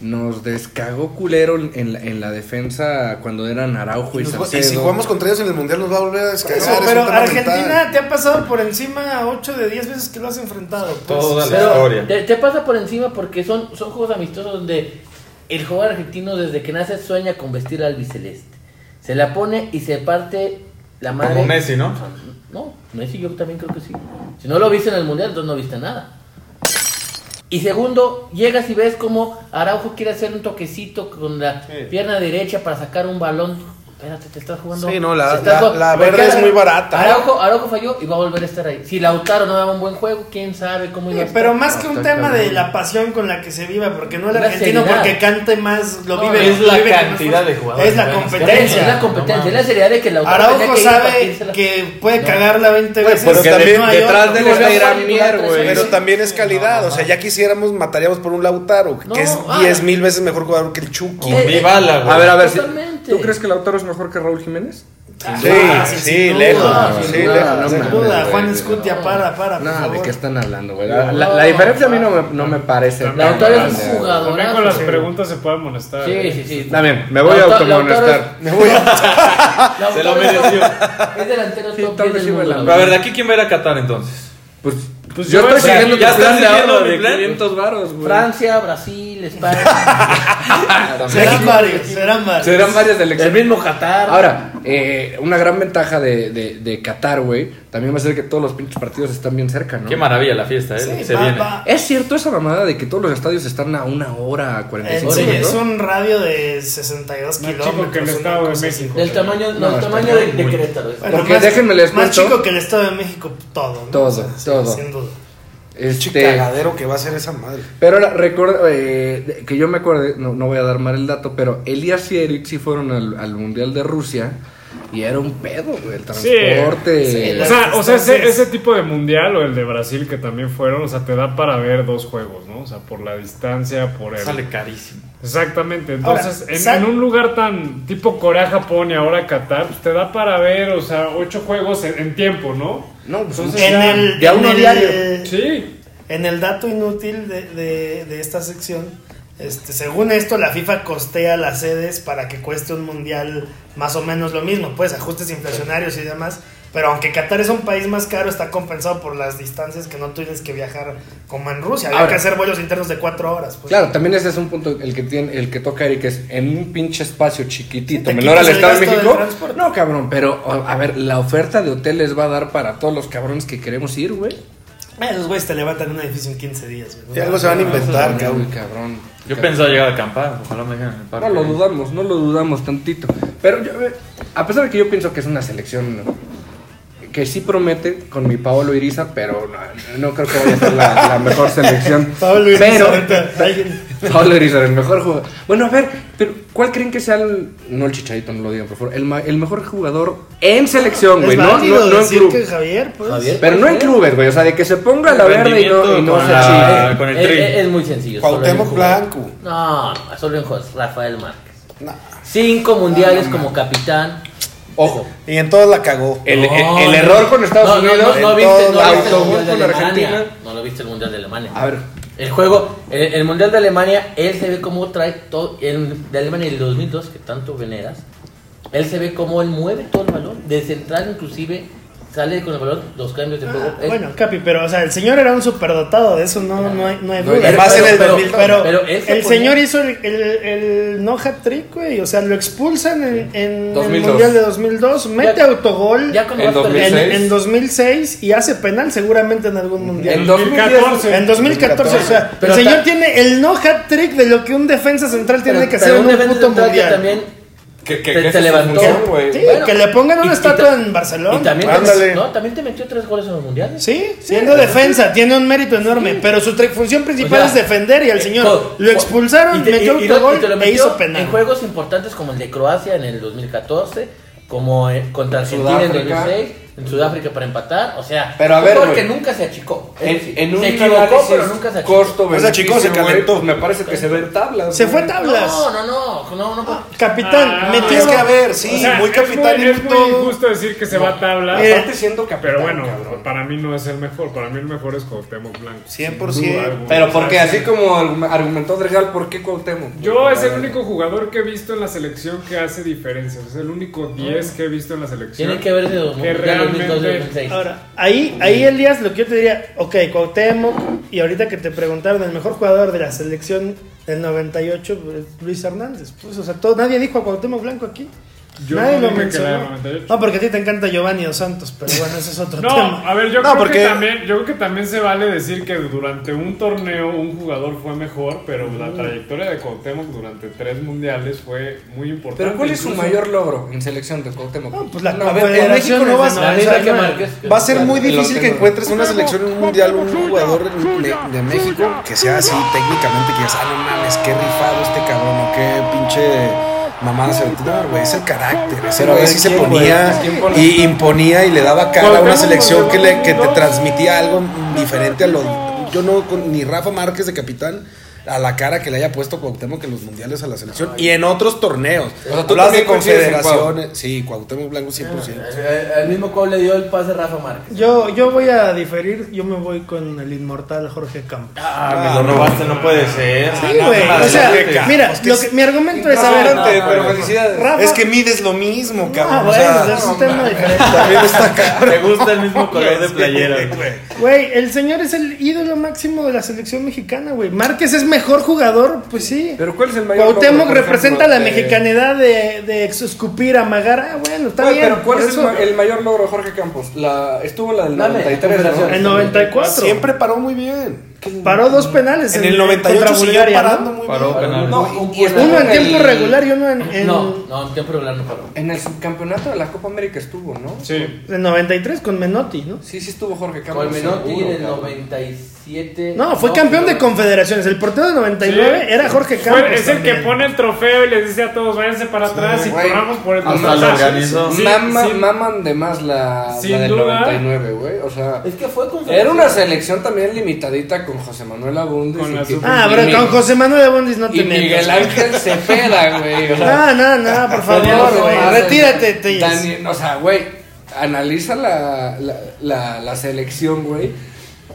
Nos descagó culero en la, en la defensa cuando eran Araujo y, Nos va- pues, Salcedo. y si jugamos contra ellos en el mundial, nos va a volver a descansar. No, es un pero tema Argentina mental. te ha pasado por encima 8 de 10 veces que lo has enfrentado. pues. Toda la Pero historia. te, te pasa por encima porque son, son juegos amistosos donde el jugador argentino desde que nace sueña con vestir albiceleste. Se la pone y se parte la madre. Como Messi, ¿no? No, Messi yo también creo que sí. Si no lo viste en el Mundial, entonces no viste nada. Y segundo, llegas y ves como Araujo quiere hacer un toquecito con la pierna derecha para sacar un balón. Espérate, te estás jugando. Sí, no, la- se estás la- jugando- la porque verde es Ara- muy barata. ¿eh? Araujo, Araujo falló y va a volver a estar ahí. Si Lautaro no daba un buen juego, quién sabe cómo iba a Sí, estar. Pero más que un Está tema cabrón. de la pasión con la que se viva, porque no el La argentino seriedad. porque cante más, lo No, vive. es lo la vive con más cantidad fuerza. de jugadores Es la buenos que hay. Es la competencia. competencia, No es la seriedad de que Lautaro tenía Araujo que ir a sabe partírsela. que puede No. cagarla 20 veces. pero pero también hay detrás otro. de él Pero está fue Irán titular Mier, tres güey. Pero Sí. tambiéramos también es calidad. No, o sea, ya quisiéramos, mataríamos por un Lautaro, No, que es ah. 10 mil veces mejor jugador que el Chucky. Con Dybala, güey. A ver, a ver. si- Totalmente. ¿Tú crees que Lautaro es mejor que Raúl Jiménez? Ah, Sí, sí, sí, sin lejos. duda, sí, sin duda, lejos. no lejos. Sin duda, güey, Juan no. Escutia, para, Ah, para. por Nada, ¿de favor. qué están hablando, güey? La, la- la diferencia a mí no me, no me parece. tan Lautaro es un grande, güey. jugador. También con las Sí. preguntas se puede amonestar. Sí, ¿eh? sí, sí. Está bien, me voy a Lautaro- automonestar. Me voy a- Lautaro Se lo es- mereció. Es delantero Sí, top tal 10 vez del sí, mundo, güey. A la ver, de aquí quién va a ir a Qatar entonces. Pues, Pues yo yo estoy voy a- siguiendo ya tu estás plan de siguiendo ahorro mi de plan. 500 varos, güey. Francia, Brasil, España. Serán varios, serán varios. Serán varias elecciones. el mismo Qatar. Ahora, eh, una gran ventaja de, de, de Qatar, güey, también va a ser que todos los pinches partidos están bien cerca, ¿no? Qué maravilla la fiesta, ¿eh? Lo que Sí, se va- viene. va. Es cierto esa mamada de que todos los estadios están a una hora, Eh, 45 sí, Oye, es minutos. un radio de 62 Más kilómetros. chico que el una Estado de cosa así. México. del tamaño, no, No, el está tamaño de, de Querétaro. Bueno, Porque déjenme les Más cuento- chico que el Estado de México, todo. ¿no? Todo, sí, todo. Sin duda. Pinche Este, cagadero que va a ser esa madre. pero ahora, recuerdo eh, de- que yo me acuerdo, no, no voy a dar mal el dato, pero Elias y Eric sí fueron al, al Mundial de Rusia y era un pedo, güey, el transporte. Sí, O la- sea, o sea, ese, Entonces- ese tipo de mundial o el de Brasil que también fueron, o sea, te da para ver dos juegos, ¿no? O sea, por la distancia, por el... Sale carísimo. Exactamente, Ahora, entonces en- sal- en, un lugar tan tipo Corea, Japón y ahora Qatar, pues te da para ver, o sea, ocho juegos en, en tiempo, ¿no? No, pues Entonces, En ya- el, ya en uno el- diario. Sí, En el dato inútil de, de- de esta sección, este, según esto, la FIFA costea las sedes para que cueste un mundial más o menos lo mismo, pues ajustes inflacionarios y demás. Pero aunque Qatar es un país más caro, está compensado por las distancias que no tienes que viajar como en Rusia. Había Ahora. que hacer vuelos internos de cuatro horas. pues. Claro, también ese es un punto el que tiene, el que toca Eric es en un pinche espacio chiquitito, Sí, te menor al quitas el Estado de gasto del México. transporte. No, cabrón, pero o- a ver, la oferta de hoteles va a dar para todos los cabrones que queremos ir, güey. Eh, los güeyes te levantan un edificio en 15 días. güey. Y algo se van a inventar, Uy, cabrón. cabrón. Yo pensaba llegar a acampar, ojalá me dejen en el parque. No lo dudamos, no lo dudamos tantito. Pero yo, eh, a pesar de que yo pienso que es una selección que sí promete con mi Paolo Iriza, pero no, no creo que vaya a ser la, la mejor selección. Pablo Irizar, pero, ahorita, alguien- Pablo Irizar, el mejor jugador. Bueno, a ver, pero ¿cuál creen que sea el. No el chicharito, no lo digan, por favor. El, ma- el mejor jugador en selección, Es güey. No, válido no, no en decir club. que Javier, pues. Javier. Pero no en clubes, güey. O sea, de que se ponga la verde y no, y no se Rendimiento con la- chille. con el Es- tri. es, es muy sencillo. solo hay un Cuauhtémoc jugador. Blanco. No, solo en José Rafael Márquez. Nah. Cinco mundiales como capitán. Ojo, Y en todas la cagó. el, No, el- el no, error con Estados no, no, Unidos. No, no, en viste, todos no viste el lados. Mundial de Con Argentina. Alemania. No lo viste el Mundial de Alemania. A ver, El juego, el, el Mundial de Alemania, él se ve cómo trae todo. El de Alemania del 2002, que tanto veneras, él se ve cómo él mueve todo el balón. De central, inclusive, sale con el balón los cambios de juego. Ah, Es- bueno, Capi, pero o sea, el señor era un superdotado, de eso no, no hay, no hay No, duda. y más en el pero, 2000, pero pero él se el ponía- señor hizo el, el, el no hat trick, güey. O sea, lo expulsan en, en 2002. el Mundial de 2002, mete Ya- autogol ya cuando En vas perdiendo- 2006. en, en 2006 y hace penal seguramente en algún en Mundial. 2014. En 2014, o sea, Pero el ta- señor tiene el no hat trick de lo que un defensa central tiene que hacer en un un evento puto central que mundial. también Que, Te- te esa es su levantó. función, güey. Sí, Bueno, que le pongan y- una y estatua ta- en Barcelona. Y también, Ándale. te, no, también te metió tres goles en los mundiales. Sí, siendo defensa, tiene un mérito enorme, pero su tre- función principal O sea, es defender y al eh, señor todo. lo expulsaron, Y te- metió y- y lo- autogol y te lo e metió hizo penal. En juegos importantes como el de Croacia en el 2014, como eh, contra Argentina en el Sudáfrica. 2006, en Sudáfrica para empatar, o sea, Pero a un ver, gol güey. que nunca se achicó. Eso sí. En, en un se equivocó, análisis pero nunca se achicó. costo O sea, chicos, se calentó. Me parece que se ve en tablas. Se fue güey. tablas. No, no, no, no, no. Capitán, Ah, metió. Es que a ver, sí, O sea, muy es capitán Es y muy todo. injusto decir que se va a tabla. Eh, Aparte siendo capitán, Pero bueno, este cabrón. para mí no es el mejor. Para mí el mejor es Cuauhtémoc Blanco. 100%. sin duda alguna. Pero porque O sea, así como argu- argumentó Dregal, ¿por qué Cuauhtémoc? Yo es el único jugador que he visto en la selección que hace diferencias. Es el único 10 que he visto en la selección. Tiene que ver de dos- Que del 2002 realmente- 2006. Ahora, ahí, ahí Elías, lo que yo te diría, ok, Cuauhtémoc, y ahorita que te preguntaron, el mejor jugador de la selección del 98, pues, Luis Hernández. Pues, o sea, todo, nadie dijo a Cuauhtémoc Blanco aquí. Yo nadie no lo dije que la del mencionó. 98. No, porque a ti te encanta Giovanni Dos Santos, pero bueno, ese es otro No, tema. a ver, yo, No, creo porque- que también, yo creo que también se vale decir que durante un torneo un jugador fue mejor, pero la trayectoria de Cuauhtémoc durante tres mundiales fue muy importante. Pero ¿cuál es su Incluso- mayor logro en selección de Cuauhtémoc? No, pues la No, a ver, en Confederación México no es va a de ser- La misma que 99. Márquez. Va a ser muy difícil Lo que tengo. encuentres una selección en un mundial, un jugador de, de México que sea así técnicamente, que ya sale, mames, qué rifado este cabrón, o qué pinche mamada se aventó". No, güey, es el carácter, ese Pero güey ¿de sí se quién, güey? ponía ¿Quién pone? y imponía y le daba cara a una Cuauhtémoc selección que, le, Blanco. que te transmitía algo diferente a lo... Yo no, con- ni Rafa Márquez de capitán, a la cara que le haya puesto Cuauhtémoc en los mundiales a la selección y en otros torneos. O sea, tú Hablas de también coincides en Cuau. confederaciones. Sí, Cuauhtémoc Blanco 100%. El mismo Cole le dio el pase a Rafa Márquez. Yo, yo voy a diferir, yo me voy con el inmortal Jorge Campos. Ah, me lo robaste, no puede ser. Sí, güey. no, o sea, adelante. mira, Pues que lo es- que, mi argumento es, a ver, Adelante, no, pero no, felicidades. Rafa, Es que mides lo mismo, cabrón. ah, o bueno, sea, es un tema diferente. también está cabrón. Te gusta el mismo color de playera. Sí, güey. güey. Güey, el señor es el ídolo máximo de la selección mexicana, güey. Márquez es mejor jugador, pues sí. Pero ¿cuál es el mayor logro, Cuauhtémoc por representa ejemplo, la de- mexicanidad de, de ex- escupir, amagar. Ah, bueno, está Güey, bien. pero ¿cuál por es el eso- ma- el mayor logro de Jorge Campos? La, estuvo la del Dame, 93, ¿no? confederación. En 94. Siempre paró muy bien. Paró dos penales. En el contra 98 siguió Bulgaria, parando ¿no? muy Paró bien. penal. No, y- y estuvo Uno en el- tiempo regular y uno en. en No, no, en tiempo regular no paró. En el subcampeonato de la Copa América estuvo, ¿no? Sí. en 93 con Menotti, ¿no? Sí, sí estuvo Jorge Campos. Colmenotti seguro, en el cabrón. 97. No, fue campeón de pero- confederaciones. El portero de 99 Sí. era Jorge Fue- Campos. es el que también. pone el trofeo y les dice a todos, váyanse para atrás y güey. corramos por el Hasta lo O sea, organizó. sí, Mama- sí. Maman de más la, la Sin del duda. 99, güey. O sea, Es que fue confederación. era una selección también limitadita con José Manuel Abundes. Con y la que- sub- Ah, y pero Mi- con José Manuel de Bondis no Y te Miguel metas. Ángel Cepeda, güey. O sea, No, no, no, por favor, güey. no, Retírate, te Dani- o sea, güey, analiza la, la, la, la selección, güey.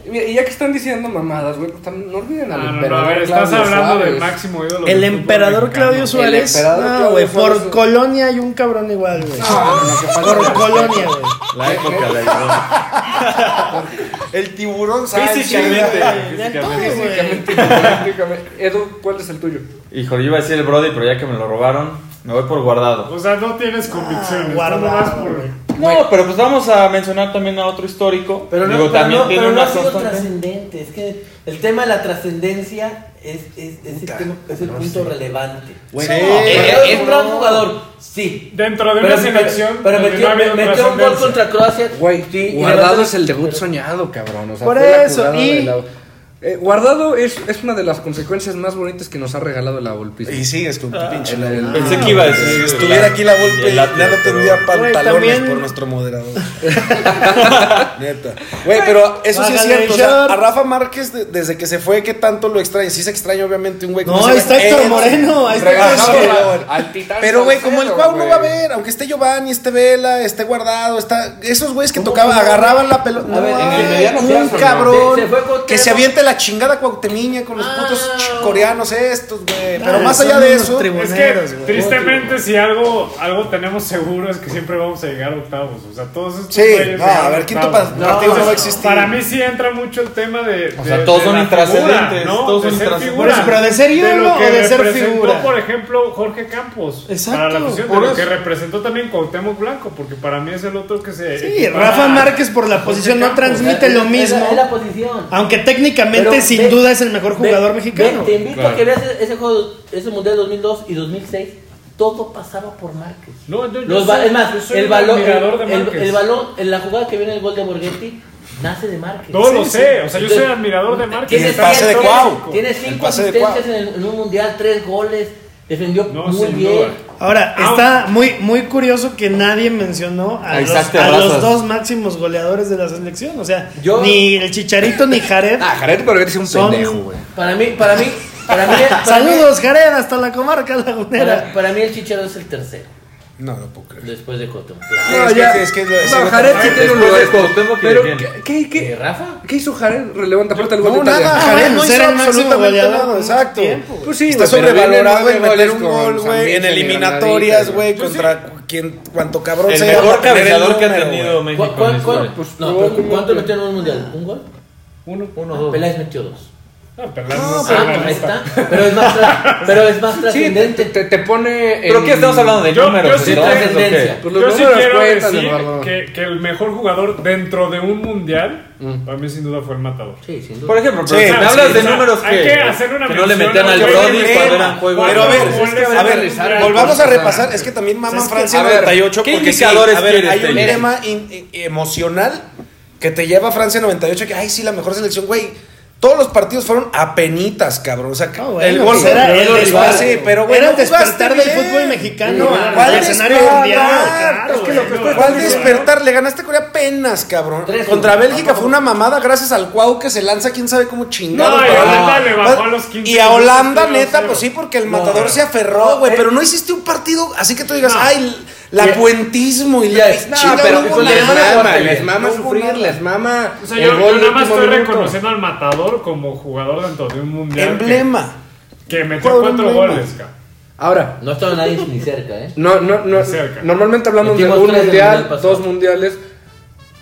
Y mira, Y ya que están diciendo mamadas, güey, pues tam- no olviden No, al Ah, no, no, emperador. a ver, estás Claudio hablando del Suárez. máximo ídolo. El del fútbol emperador mexicano. Claudio Suárez. emperador Claudio No, güey. Suárez. Por Colonia hay un cabrón igual, güey. No, no, no, que falta- Por Colonia, güey. La época la ayudó. El tiburón Físicamente. Ya en todo, físicamente. güey. Prácticamente, prácticamente. Edu, ¿cuál es el tuyo? Híjole, iba a decir el Brody, pero ya que me lo robaron, me voy por guardado. O sea, no tienes convicciones. tú guardado, nomás por- güey. No, pero pues vamos a mencionar también a otro histórico. Pero no, Digo, pero también no, tiene pero no una ha sido constante. trascendente. Es que el tema de la trascendencia es, es, es el, tema- es el punto relevante. Bueno, Eh, pero- es un gran jugador, sí. Dentro de una sí, selección. pero donde no metió, ha habido metió un gol trascendencia. contra Croacia. Güey, sí, y guardado levantó- es el debut soñado, cabrón. O sea, Por fue la eso, jugada y- de la- Eh, guardado es, es una de las consecuencias más bonitas que nos ha regalado la golpista. Y sigues con tu Ah, pinche. El- el- Pensé que iba a decir. Si estuviera aquí la golpe, el Atlas, ya no pero- tendría pantalones también- por nuestro moderador. Neta. Güey, pero eso sí es Bájale cierto. el o sea, short. a Rafa Márquez, de- desde que se fue, ¿qué tanto lo extraña? Sí se extraña, obviamente, un güey como No, ese ahí güey. está Héctor Eh, Moreno. Ahí está Este Regresado, Héctor Moreno. güey. al Titán Pero, güey, como el Salcedo, Cuau no güey. va a ver, aunque esté Giovanni, esté Vela, esté Guardado, está... esos güeyes que tocaban, agarraban la pelota. No, ver, en el hay mediano un plazo, ¿no? cabrón Se- se fue Cuauhtémoc. que se aviente la chingada cuautemiña con los putos ch- coreanos estos, güey. Pero Ah, más son allá de unos eso, tribuneros, Es que güey. tristemente si algo algo tenemos seguro es que siempre vamos a llegar a octavos, o sea, todos estos Sí, güeyes no, llegaron a ver, a quinto octavos. pa- partido no va a existir. Para mí sí entra mucho el tema de de- O sea, todos de son la intrascendentes, figura, ¿no? todos de son ser intrascendentes. figura. Por eso, pero de ser ídolo lo que o de ser representó, figura. por ejemplo, Jorge Campos Exacto, para la afición, de por lo eso. que representó también Cuauhtémoc Blanco, porque para mí es el otro que se Sí, equipara Rafa a- Márquez por la Jorge posición no Campos. transmite Es la- lo mismo. Es la, es la posición. Aunque técnicamente, Pero sin ve- duda, es el mejor ve- jugador ve- mexicano. te invito a que veas ese, ese juego, ese mundial 2002 y 2006. Todo pasaba por Márquez. No, yo- yo Los ba- soy- es yo más, soy el un balón, el, admirador de el- Márquez. el balón, en la jugada que viene el gol de Borghetti, nace de Márquez. No lo sé, o sea, yo soy Entonces, admirador de Márquez. Y el Tienes, pase Está de tienes- histórico. Cuau. tienes El cinco pase de Cuau. asistencias en, el- en un mundial, tres goles, defendió No, muy sin bien. duda. Ahora, Ah, está muy, muy curioso que nadie mencionó a, A los, Isaac a los Terrazas. dos máximos goleadores de la selección. O sea, Yo- ni el Chicharito ni Jared. Ah, Jared Borghetti es un Son- pendejo, güey. Para mí, para mí, para mí, para mí- Saludos, Jared, hasta la comarca lagunera. para, para mí el Chichero es el tercero, No, no puedo creer. después de Cotton. es que- es que- es que- Ah, no, Jared sí tiene un Después lugar. de Cuauhtémoc y Pero, de quién. ¿qué, qué, ¿Eh, qué, Rafa? qué hizo Jared relevante? Aparte el gol de No, Italia. nada, Ah, Jared bueno, no ser hizo el máximo absolutamente goleador nada, en exacto. tiempo, güey. Pues sí, Está güey, pero sobrevalorado, güey, viene nueve meter goles un con gol, San güey, en Vicente y eliminatorias, Granadita, güey, güey. contra quien, cuanto cabrón El sea, va mejor a tener el cabezador que ha número, tenido güey. México. ¿Cu- cuál- en la cuál- historia. Pues, no, no, pero ¿cómo ¿Cuánto que? metió en un mundial? ¿Un gol? Uno. Uno, dos. Peláez metió dos. No, Peláez no No, está en Ah, la ahí lista. está. Pero es más, tra- pero es más Sí, te, trascendente. te, te pone. ¿Pero en- qué estamos hablando? ¿De Yo- números? yo sí ¿De tengo- dones o qué? tendencia. Pues los Yo sí números quiero cuentan, decir Eduardo. que, que el mejor jugador dentro de un mundial, para mí sin duda fue el matador. Sí, sin duda. Por ejemplo, pero Sí, si sí, me hablas o de sea, números hay que, que hacer una que no le mención metían al al Brody Brody Lema. cuando eran juegos. Pero a ver, Goles, a ver, goles, goles. volvamos a O sea, repasar. Es que también maman es que- Francia a ver, 98 ¿qué porque sí, indicadores a ver, quieres hay un tener? tema in- in- emocional que te lleva a Francia 98 que ay sí la mejor selección, güey. Todos los partidos fueron apenitas, cabrón. O sea, No, bueno, el gol pues era pero el no rival. jugaste, sí, pero güey, Era no el despertar jugaste del bien. fútbol mexicano, Sí, al ¿cuál escenario despertar? mundial, claro, Es que güey. lo que fue- ¿Cuál despertar? Le ganaste a Corea apenas, cabrón. Tres, Contra uno. Bélgica fue una mamada gracias al Cuau que se lanza quién sabe cómo chingado. No, y para- Holanda le bajó a los 15 Y a Holanda, minutos, neta, 0-0. pues sí, porque el No, matador no. se aferró, güey. pero no hiciste un partido así que tú digas, No. ay, la cuentismo y la Yes. No, chinga, pero no pues, hubo les nada, mama, güey. les mama No hubo sufrir, nada. les mama. O sea, el yo, gol yo nada del más último estoy minuto. reconociendo al matador como jugador dentro de un mundial. que- Emblema. Que, metió Jugador cuatro emblema. goles, cabrón. Ahora, No estaba nadie ni cerca, ¿eh? no, no, no. De cerca. Normalmente hablamos de Metimos un tres del mundial, mundial pasado. dos mundiales.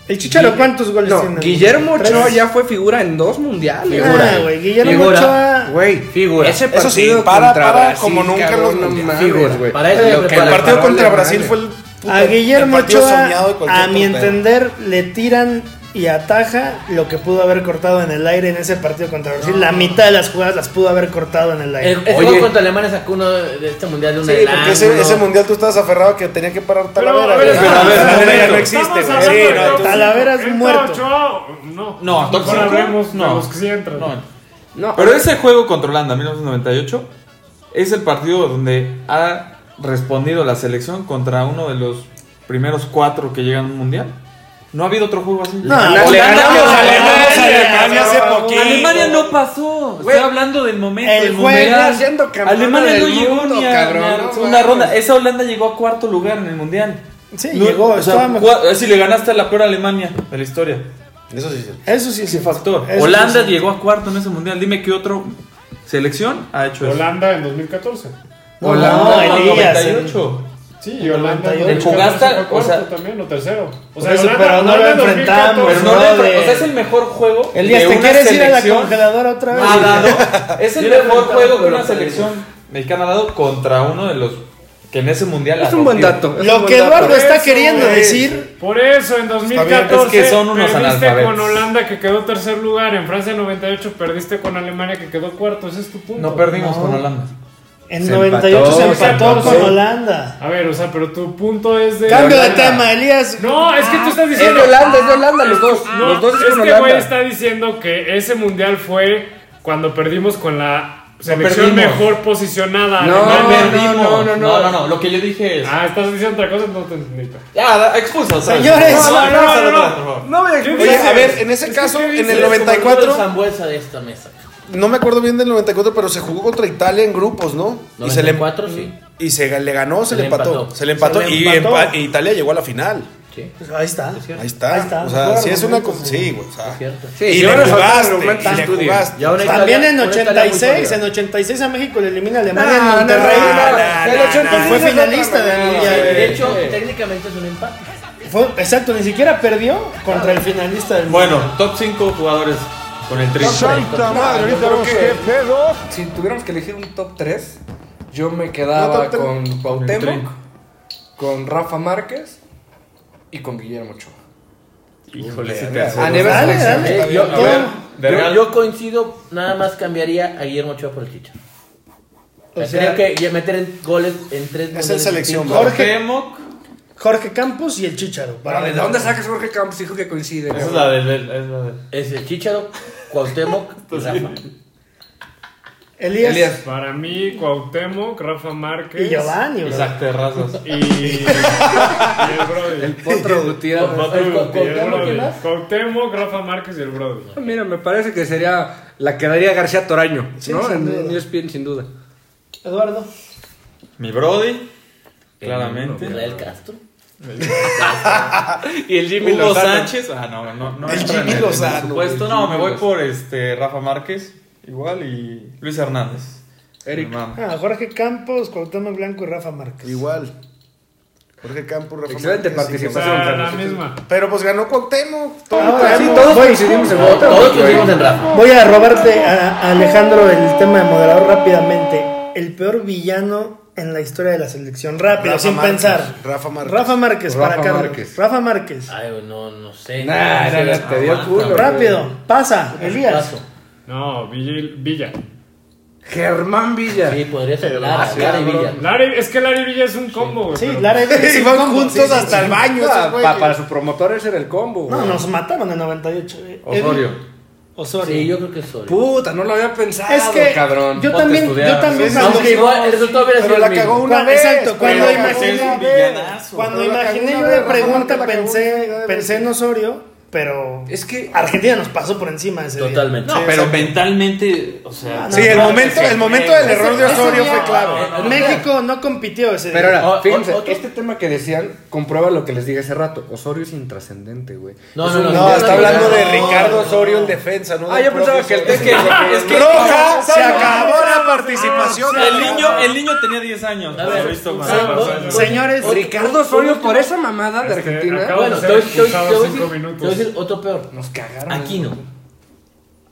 El Chicharo, ¿cuántos goles tiene? No, Guillermo Tres. Ochoa ya fue figura en dos mundiales. Ah, Ah, güey, Guillermo Figura. Ochoa- Güey, Figura. Ese Eso partido sí, para- contra para Brasil, como nunca cabrón, los no mundiales. mames, Figura. güey. Eh, Para eso Lo lo que preparan. le El partido paró contra Alemania. Brasil fue el. puto- A Guillermo el partido Ochoa, soñado de cualquier a mi portero. entender, le tiran y ataja lo que pudo haber cortado en el aire en ese partido contra Brasil. La mitad de las jugadas las pudo haber cortado en el aire. El, el Oye. juego contra Alemania sacó uno de este mundial de una Sí, porque ese, ese mundial tú estabas aferrado a que tenía que parar Talavera. a ver, güey. pero a ver, Talavera momento. no existe, Estamos güey. hablando Sí, de no, top tú- Talavera es ¿Entra muerto. Ochoa? No. No, top Mejor cinco, hablemos de no. los que sí entran. No. No, Pero ese juego contra Holanda 1998 es el partido donde ha respondido la selección contra uno de los primeros cuatro que llegan a un mundial. No ha habido otro juego así. No, no, le no, ganamos no, a Alemania, no, no, Alemania no, hace no, poquito. Alemania no pasó. Güey, Estoy hablando del momento. el del juego mundial. siendo campeón Alemania del no llegó mundo, ni a, cabrón, ni a no segunda mames. ronda. Esa Holanda llegó a cuarto lugar en el mundial. Sí, llegó, o sea, estaba mejor. cua- si le ganaste a la peor Alemania de la historia. Eso sí es cierto. Eso sí, sí. Ese factor. Eso Holanda sí. llegó a cuarto en ese mundial. Dime qué otro selección ha hecho eso. Holanda en 2014. No, Holanda. el- Elías, eh. 98. Sí, y Holanda. en 2014 98. Jugaste, fue o cuarto sea- también, o tercero. O Por eso, pero no lo en 2014. enfrentamos, Pero no, No, le entra- de- o sea, es el mejor juego. Elías, de ¿te una quieres ir a la selección Ah, congeladora otra vez? ha dado- Es el Yo le mejor preguntaba juego por que lo una que digo. selección mexicana ha dado contra uno de los que en ese mundial. Es la un buen rompió. dato. es Lo un buen que dato. eh. Eduardo- Por está eso, queriendo güey. decir. Por eso en bien, 2014 es que son unos perdiste analfabetos. con Holanda que quedó tercer lugar, en Francia 98 perdiste con Alemania que quedó cuarto, ese es tu punto. No perdimos con Holanda. En Se 98 se empató, empató con sí. Holanda. A ver, o sea, pero tu punto es de. Cambio de Holanda. tema, Elías. No, es que tú estás Es de diciendo. Holanda, es de Holanda los dos. No, los dos es con este güey Holanda. está diciendo que ese mundial fue cuando perdimos con la selección perdimos. mejor posicionada. No, Alemania. no, no, no, No, no. no, no, lo que yo dije es. Ah, estás diciendo otra cosa, no te entendí. Ya, da- expulsa, ¿sabes? Señores, no, no, no, no, no, no. no, por favor. No voy a Yo- Oye, a ver, en ese caso, en el 94, Zambuesa de esta mesa. no me acuerdo bien del 94, pero se jugó contra Italia en grupos, ¿no? Y se le, Mm. 94, sí. y se le ganó, se, Se le le empató, empató. Se le empató, Se le y empató. empa- y Italia llegó a la final. Sí, Pues ahí está. Ahí está. Ahí está. O sea, Claro, sí es una. argumento, co- sí. Sí, güey. o sea. es cierto. Sí, y si le van a soltar jugaste. argumentos, Y le estudien. jugaste. una También Italia- en una Italia muy 86, en sólida. 86 a México le elimina a Alemania No, en no, no, Monterrey. no, el 86 Y fue es otra finalista del mamada, Eh, Mundial. güey. De hecho, técnicamente es un empate. Fue- exacto, ni siquiera perdió contra el finalista del Mundial. Bueno, top 5 jugadores con el tri. madre, ahorita vemos qué Si tuviéramos que elegir un top 3, yo me quedaba No, top tres. con Cuauhtémoc, Trinco. con Rafa Márquez y con Guillermo Ochoa. Híjole, ese A tercero. nivel Dale, selección. dale. Eh, yo, A yo- ver, de yo- Real. yo coincido, nada más cambiaría a Guillermo Ochoa por el Chicha. O sea, creo que ya meter en goles en tres Es mundiales el selección, distintos. Jorge- Jorge Mock. Jorge Campos y el Chicharo. Para ¿De dónde sacas Jorge Campos? Dijo que coincide. Esa es cabrón. la del. Es la del. Es el Chicharo, Cuauhtémoc y Pues Rafa. Elías, Elías. Para mí, Cuauhtémoc, Rafa Márquez. y Giovanni. bro. Isaac Terrazas. Y. y el Brody. El Potro Gutiérrez. Potro Y el Cuauhtémoc, Brody. ¿quién más? Cuauhtémoc, Rafa Márquez y el Brody. Ah, Mira, me parece que sería la que daría García Toraño, ¿no? en, E duda. en ESPN, sin duda. Eduardo. Mi Brody. Israel Claramente. Castro. Y el Hugo Sánchez. Ah, no, no, no. El entra en Jimmy Lozano, en el presupuesto. güey, Pues No, Jimmy me voy Lozano. por este Rafa Márquez. Igual y Luis Hernández. Eric. Mi mamá. Ah, Jorge Campos, Cuauhtémoc Blanco y Rafa Márquez. Igual. Jorge Campos, Rafa Excelente Márquez, sí, O participación. sea, la Carlos. misma. Pero pues ganó Cuauhtémoc. Todo Ahora Cuauhtémoc. Sí, todos Voy. coincidimos en Todos votar, todos güey. coincidimos en Rafa. Voy a robarte a a Alejandro el tema de moderador rápidamente. El peor villano en la historia de la selección. Rápido, Rafa sin Márquez, pensar. Rafa Márquez. Rafa Márquez, Rafa para acá. Márquez. Rafa Márquez. Ay, güey, Eh, no, no sé. Nah, No sé, nah, nah, te dio aguanta, culo. güey. Rápido, pasa, Elías. Paso. No, Villa. Villa. Germán Villa. Sí, podría ser Lara, sí, Lara y cabrón. Villa. Larry- es que Larry Villa es un combo, güey. Sí, pero- Lara y Villa Y sin van combo. juntos Sí, sí, hasta sí. el baño. Pa- esos güeyes. Ah, pa- para su promotor ese era el combo. No, güey. nos mataban en 98. eh. Osorio. Eddie Osorio. Sí, yo creo que soy. Puta, no lo había pensado, Es que cabrón. yo Ponte a también- estudiar. yo también Sí, cuando- Aunque igual el resultado hubiera sido Pero el la mismo. cagó una Cuando- vez. exacto, cuando pero la imaginé- cagó una Es un vez. villanazo. Cuando Pero la imaginé cagó yo una la vez, Rafa Márquez pregunta, la cagó una pensé, vez. pensé en Osorio, pero Es que- Argentina nos pasó por encima ese día. Totalmente. No, pero mentalmente. O sea. Sí, el momento, el momento del error de Ese Osorio día, fue claro. claro. México no compitió ese día. Pero ahora, O- fíjense, o- otro- este tema que decían comprueba lo que les dije hace rato. Osorio es intrascendente, güey. No, Es no, un- no, No, está hablando de No, Ricardo no, Osorio en defensa, ¿no? Ah, yo pensaba que el Ah, Es es que que- es que- Roja, se acabó la participación. El niño, el niño tenía 10 años. A por ver, lo visto, o más. sea, más. o- o- Señores, o- Ricardo Osorio por esa mamada de Este, Argentina. acabo- Bueno, te Ser voy te voy- te expulsado voy a cinco decir- minutos. te voy a decir otro peor. Nos cagaron. Aquino.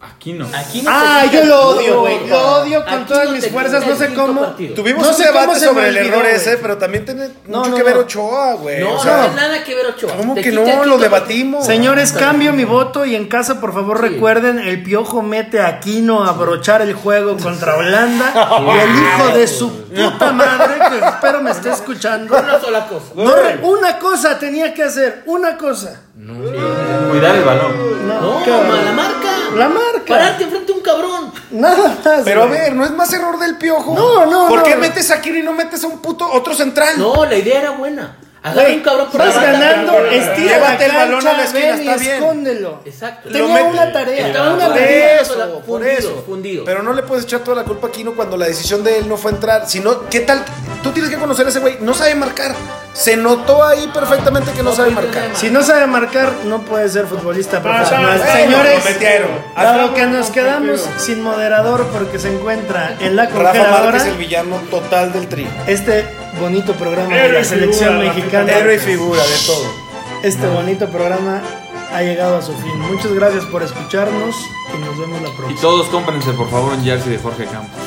Aquí no. Aquino. Ah, fue yo lo titular. odio, güey. Lo odio con Aquino todas mis terminó fuerzas, el no sé quinto cómo. partido. Tuvimos No un sé debate cómo se sobre me el olvidó, error güey. ese, pero también tiene No, mucho no, que ver no. Ochoa, güey. No, o no sea, tiene nada que ver Ochoa. ¿Cómo Te que quita no? el Lo quinto- debatimos. Señores, cambio mi voto y en casa, por favor, recuerden, el piojo mete a Aquino a brochar el juego contra Holanda y el hijo de su puta madre, que espero me esté escuchando. Una sola cosa. No re- una cosa tenía que hacer, una cosa. Cuidar el balón. No, No, ¿qué? ma, la marca. La marca. Pararte enfrente a un cabrón. Nada más. Pero a güey. ver, no es más error del piojo. No, no, ¿Por no. qué metes a Kiri y no metes a un puto otro central? No, la idea era buena. Agarra Güey, un cabrón por la vas banda, ganando, pero- estira la Llévate el balón cancha, a la esquina, ven y está bien. escóndelo. Exacto. Lo Tenía mete. una tarea, Estaba una jugando por tarea. eso, Fundido, por eso. fundido. Pero no le puedes echar toda la culpa a Kino cuando la decisión de él no fue entrar. Sino, ¿qué tal? Tú tienes que conocer a ese güey. No sabe marcar. Se notó ahí perfectamente que no, sabe marcar. Si no sabe marcar, no puede ser futbolista profesional. Pasa. Señores, Ah, Bueno, lo metieron. dado Hasta que luego, nos quedamos competidor. sin moderador porque se encuentra en la Rafa congeladora Márquez, el villano total del tri. este bonito programa de Héroe la y selección figura, mexicana. Héroe y figura de todo. Este bonito programa ha llegado a su fin. Muchas gracias por escucharnos y nos vemos la Y próxima. todos cómprense, por favor, un jersey de Jorge Campos.